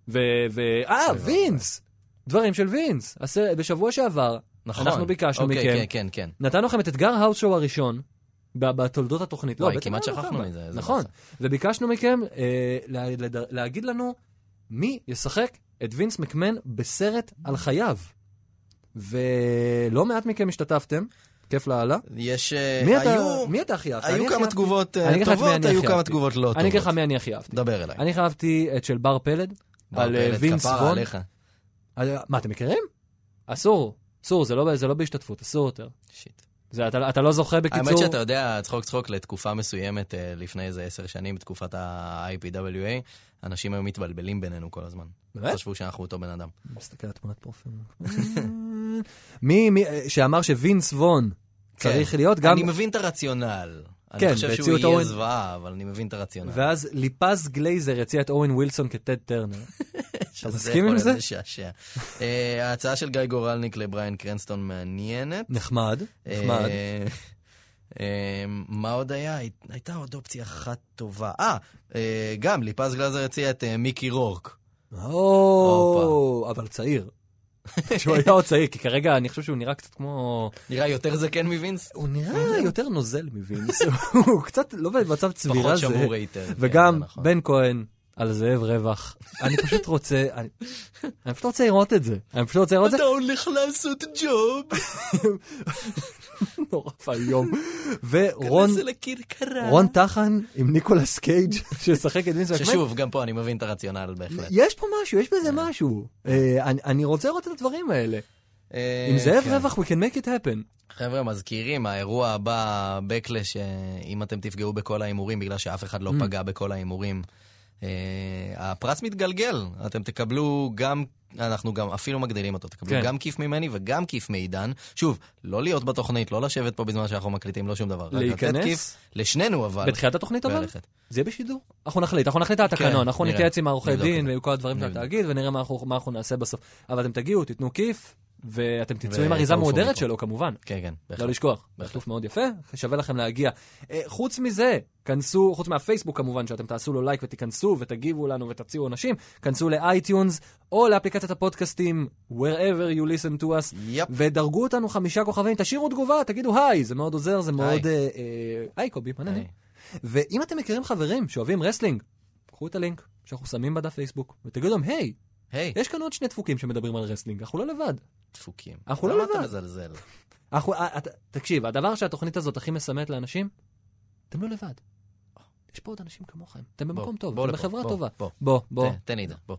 Speaker 3: ו... ו- אה, וינס! דברים של וינס. אז, אה, בשבוע שעבר,
Speaker 4: נכון.
Speaker 3: אנחנו ביקשנו
Speaker 4: אוקיי, כן,
Speaker 3: מכם.
Speaker 4: כן, כן.
Speaker 3: נתנו לכם את אתגר האוס שואו הראשון. ב- בתולדות התוכנית.
Speaker 4: וואי,
Speaker 3: בעצם
Speaker 4: כמעט
Speaker 3: לא, לא,
Speaker 4: שכחנו
Speaker 3: לא,
Speaker 4: מזה, איזה
Speaker 3: נכון.
Speaker 4: באסה.
Speaker 3: וביקשנו מכם אה, לה- לד- להגיד לנו מי ישחק את וינס מקמן בסרט על חייו. ולא מעט מכם השתתפתם, כיף לאללה.
Speaker 4: יש... אה,
Speaker 3: מי אתה-
Speaker 4: היו-
Speaker 3: מי אתה הכי אהבת? אני
Speaker 4: היו
Speaker 3: הכי
Speaker 4: כמה
Speaker 3: אהבתי-
Speaker 4: תגובות אה,
Speaker 3: אני אגיד לך את מי
Speaker 4: טובות,
Speaker 3: אני
Speaker 4: היו
Speaker 3: הכי
Speaker 4: כמה
Speaker 3: אהבתי.
Speaker 4: תגובות לא טובות.
Speaker 3: אני אגיד לך מי אני הכי אהבתי.
Speaker 4: דבר אליי.
Speaker 3: אני הכי אהבתי את של בר פלד,
Speaker 4: בר
Speaker 3: על אה,
Speaker 4: פלד,
Speaker 3: וינס
Speaker 4: כפרה
Speaker 3: וון.
Speaker 4: עליך.
Speaker 3: על- מה, אתם מכירים? אסור, אסור, זה לא- זה לא בהשתתפות, אסור יותר.
Speaker 4: שיט.
Speaker 3: זה- אתה אתה לא זוכה בקיצור.
Speaker 4: האמת שאתה יודע, צחוק צחוק, לתקופה מסוימת, אה, לפני איזה עשר שנים, בתקופת ה-IPWA, אנשים היו מתבלבלים בינינו כל הזמן.
Speaker 3: באמת?
Speaker 4: חשבו שאנחנו אותו בן אדם.
Speaker 3: מסתכל על תמונת פרופיל. מי מי- שאמר שווינס וון צריך להיות גם...
Speaker 4: כן. אני מבין את הרציונל.
Speaker 3: כן,
Speaker 4: אני חושב
Speaker 3: והציעו
Speaker 4: שהוא
Speaker 3: את
Speaker 4: יהיה
Speaker 3: אורן.
Speaker 4: זוועה, אבל אני מבין את הרציונל.
Speaker 3: ואז ליפז גלייזר הציע את אורן ווילסון כטד טרנר.
Speaker 4: שזה
Speaker 3: מסכים
Speaker 4: יכול
Speaker 3: עם
Speaker 4: להיות
Speaker 3: זה?
Speaker 4: משעשע. אה, ההצעה של גיא גורלניק לבריין קרנסטון מעניינת.
Speaker 3: נחמד, נחמד.
Speaker 4: אה, אה, מה עוד היה? הי- הייתה עוד אופציה אחת טובה. אה, אה, גם ליפז גלזר הציע את אה, מיקי רורק.
Speaker 3: או, אבל צעיר. שהוא היה עוד צעיר, כי כרגע אני חושב שהוא נראה קצת כמו...
Speaker 4: נראה יותר זקן מווינס?
Speaker 3: הוא נראה יותר נוזל מווינס. הוא קצת לא במצב צבירה
Speaker 4: פחות
Speaker 3: זה.
Speaker 4: שמור היטב. כן,
Speaker 3: וגם
Speaker 4: זה נכון.
Speaker 3: בן כהן על זאב רווח. אני פשוט רוצה... אני אני פשוט רוצה לראות את זה. אני פשוט רוצה לראות את זה.
Speaker 4: הולך לעשות ג'וב.
Speaker 3: נורא ואיום. ורון רון טחן עם ניקולס קייג' ששחק את וינסט מקמן.
Speaker 4: ששוב, כן. גם פה אני מבין את הרציונל בהחלט.
Speaker 3: יש פה משהו, יש בזה משהו. אה, אני- אני רוצה לראות את הדברים האלה.
Speaker 4: אה,
Speaker 3: עם זאב
Speaker 4: כן.
Speaker 3: רווח, we can make it happen.
Speaker 4: חבר'ה, מזכירים, האירוע הבא, backlash, אה, אם אתם תפגעו בכל ההימורים, בגלל שאף אחד
Speaker 3: Mm.
Speaker 4: לא פגע בכל ההימורים, אה, הפרס מתגלגל. אתם תקבלו גם, אנחנו גם אפילו מגדילים אותו, תקבלו
Speaker 3: כן.
Speaker 4: גם כיף ממני וגם כיף מעידן. שוב, לא להיות בתוכנית, לא לשבת פה בזמן שאנחנו מקליטים, לא שום דבר. רק לתת
Speaker 3: להיכנס?
Speaker 4: כיף לשנינו, אבל...
Speaker 3: בתחילת התוכנית אבל?
Speaker 4: וללכת.
Speaker 3: זה יהיה בשידור. אנחנו נחליט, אנחנו נחליט על התקנון, אנחנו
Speaker 4: נראה.
Speaker 3: נתייעץ עם העורכי
Speaker 4: נבדוק את
Speaker 3: דין
Speaker 4: זה.
Speaker 3: ועם כל הדברים של התאגיד, ונראה מה אנחנו- מה אנחנו נעשה בסוף. אבל אתם תגיעו, תיתנו כיף, ואתם תצאו עם אריזה
Speaker 4: ותעופו
Speaker 3: מהודרת
Speaker 4: מפה.
Speaker 3: שלו כמובן.
Speaker 4: כן, כן,
Speaker 3: לא
Speaker 4: בהחלט.
Speaker 3: לשכוח,
Speaker 4: בהחלט.
Speaker 3: חטוף מאוד יפה, שווה לכם להגיע. אה, חוץ מזה, כנסו, חוץ מהפייסבוק כמובן, שאתם תעשו לו לייק ותיכנסו ותגיבו לנו ותציעו אנשים, כנסו לאייטיונס או לאפליקציית הפודקאסטים, wherever you listen to us,
Speaker 4: יפ.
Speaker 3: ודרגו אותנו חמישה כוכבים, תשאירו תגובה, תגידו היי, זה מאוד עוזר, זה מאוד... אה, אה, היי קובי, מה
Speaker 4: היי.
Speaker 3: נהנים? ואם אתם מכירים חברים שאוהבים רסלינג, קחו את הלינק שאנחנו שמים בדף פייסבוק, ותגידו להם, היי,
Speaker 4: היי,
Speaker 3: יש כאן עוד שני דפוקים שמדברים על רסלינג, אנחנו לא לבד.
Speaker 4: דפוקים.
Speaker 3: אנחנו לא
Speaker 4: למה
Speaker 3: לבד.
Speaker 4: אתה מזלזל?
Speaker 3: אנחנו, אה, את- תקשיב, הדבר שהתוכנית הזאת הכי מסמנת לאנשים, אתם לא לבד. יש פה עוד אנשים כמוכם. אתם
Speaker 4: בוא,
Speaker 3: במקום טוב,
Speaker 4: בוא
Speaker 3: אתם
Speaker 4: לפה,
Speaker 3: בחברה
Speaker 4: בוא,
Speaker 3: טובה.
Speaker 4: בוא.
Speaker 3: בוא, בוא.
Speaker 4: תן- תן לי את זה, בוא.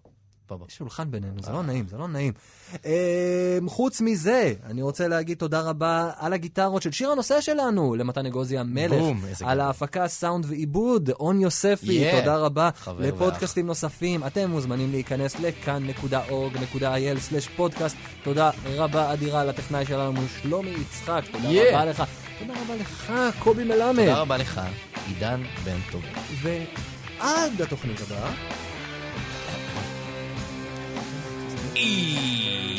Speaker 4: בוא, בוא.
Speaker 3: יש שולחן בינינו, זה לא נעים, זה לא נעים. אמ, חוץ מזה, אני רוצה להגיד תודה רבה על הגיטרות של שיר הנושא שלנו, למתן אגוזי המלך.
Speaker 4: בום, איזה
Speaker 3: על
Speaker 4: גדול.
Speaker 3: ההפקה, סאונד ועיבוד, און יוספי,
Speaker 4: Yeah.
Speaker 3: תודה רבה.
Speaker 4: חבר
Speaker 3: לפודקאסטים נוספים, אתם מוזמנים להיכנס לכאן.org.il/פודקאסט. תודה רבה אדירה לטכנאי שלנו, שלומי יצחק, תודה
Speaker 4: Yeah.
Speaker 3: רבה לך. תודה רבה לך, קובי מלמד.
Speaker 4: תודה רבה לך, עידן בן טוב.
Speaker 3: ועד התוכנית הבאה.
Speaker 4: אי...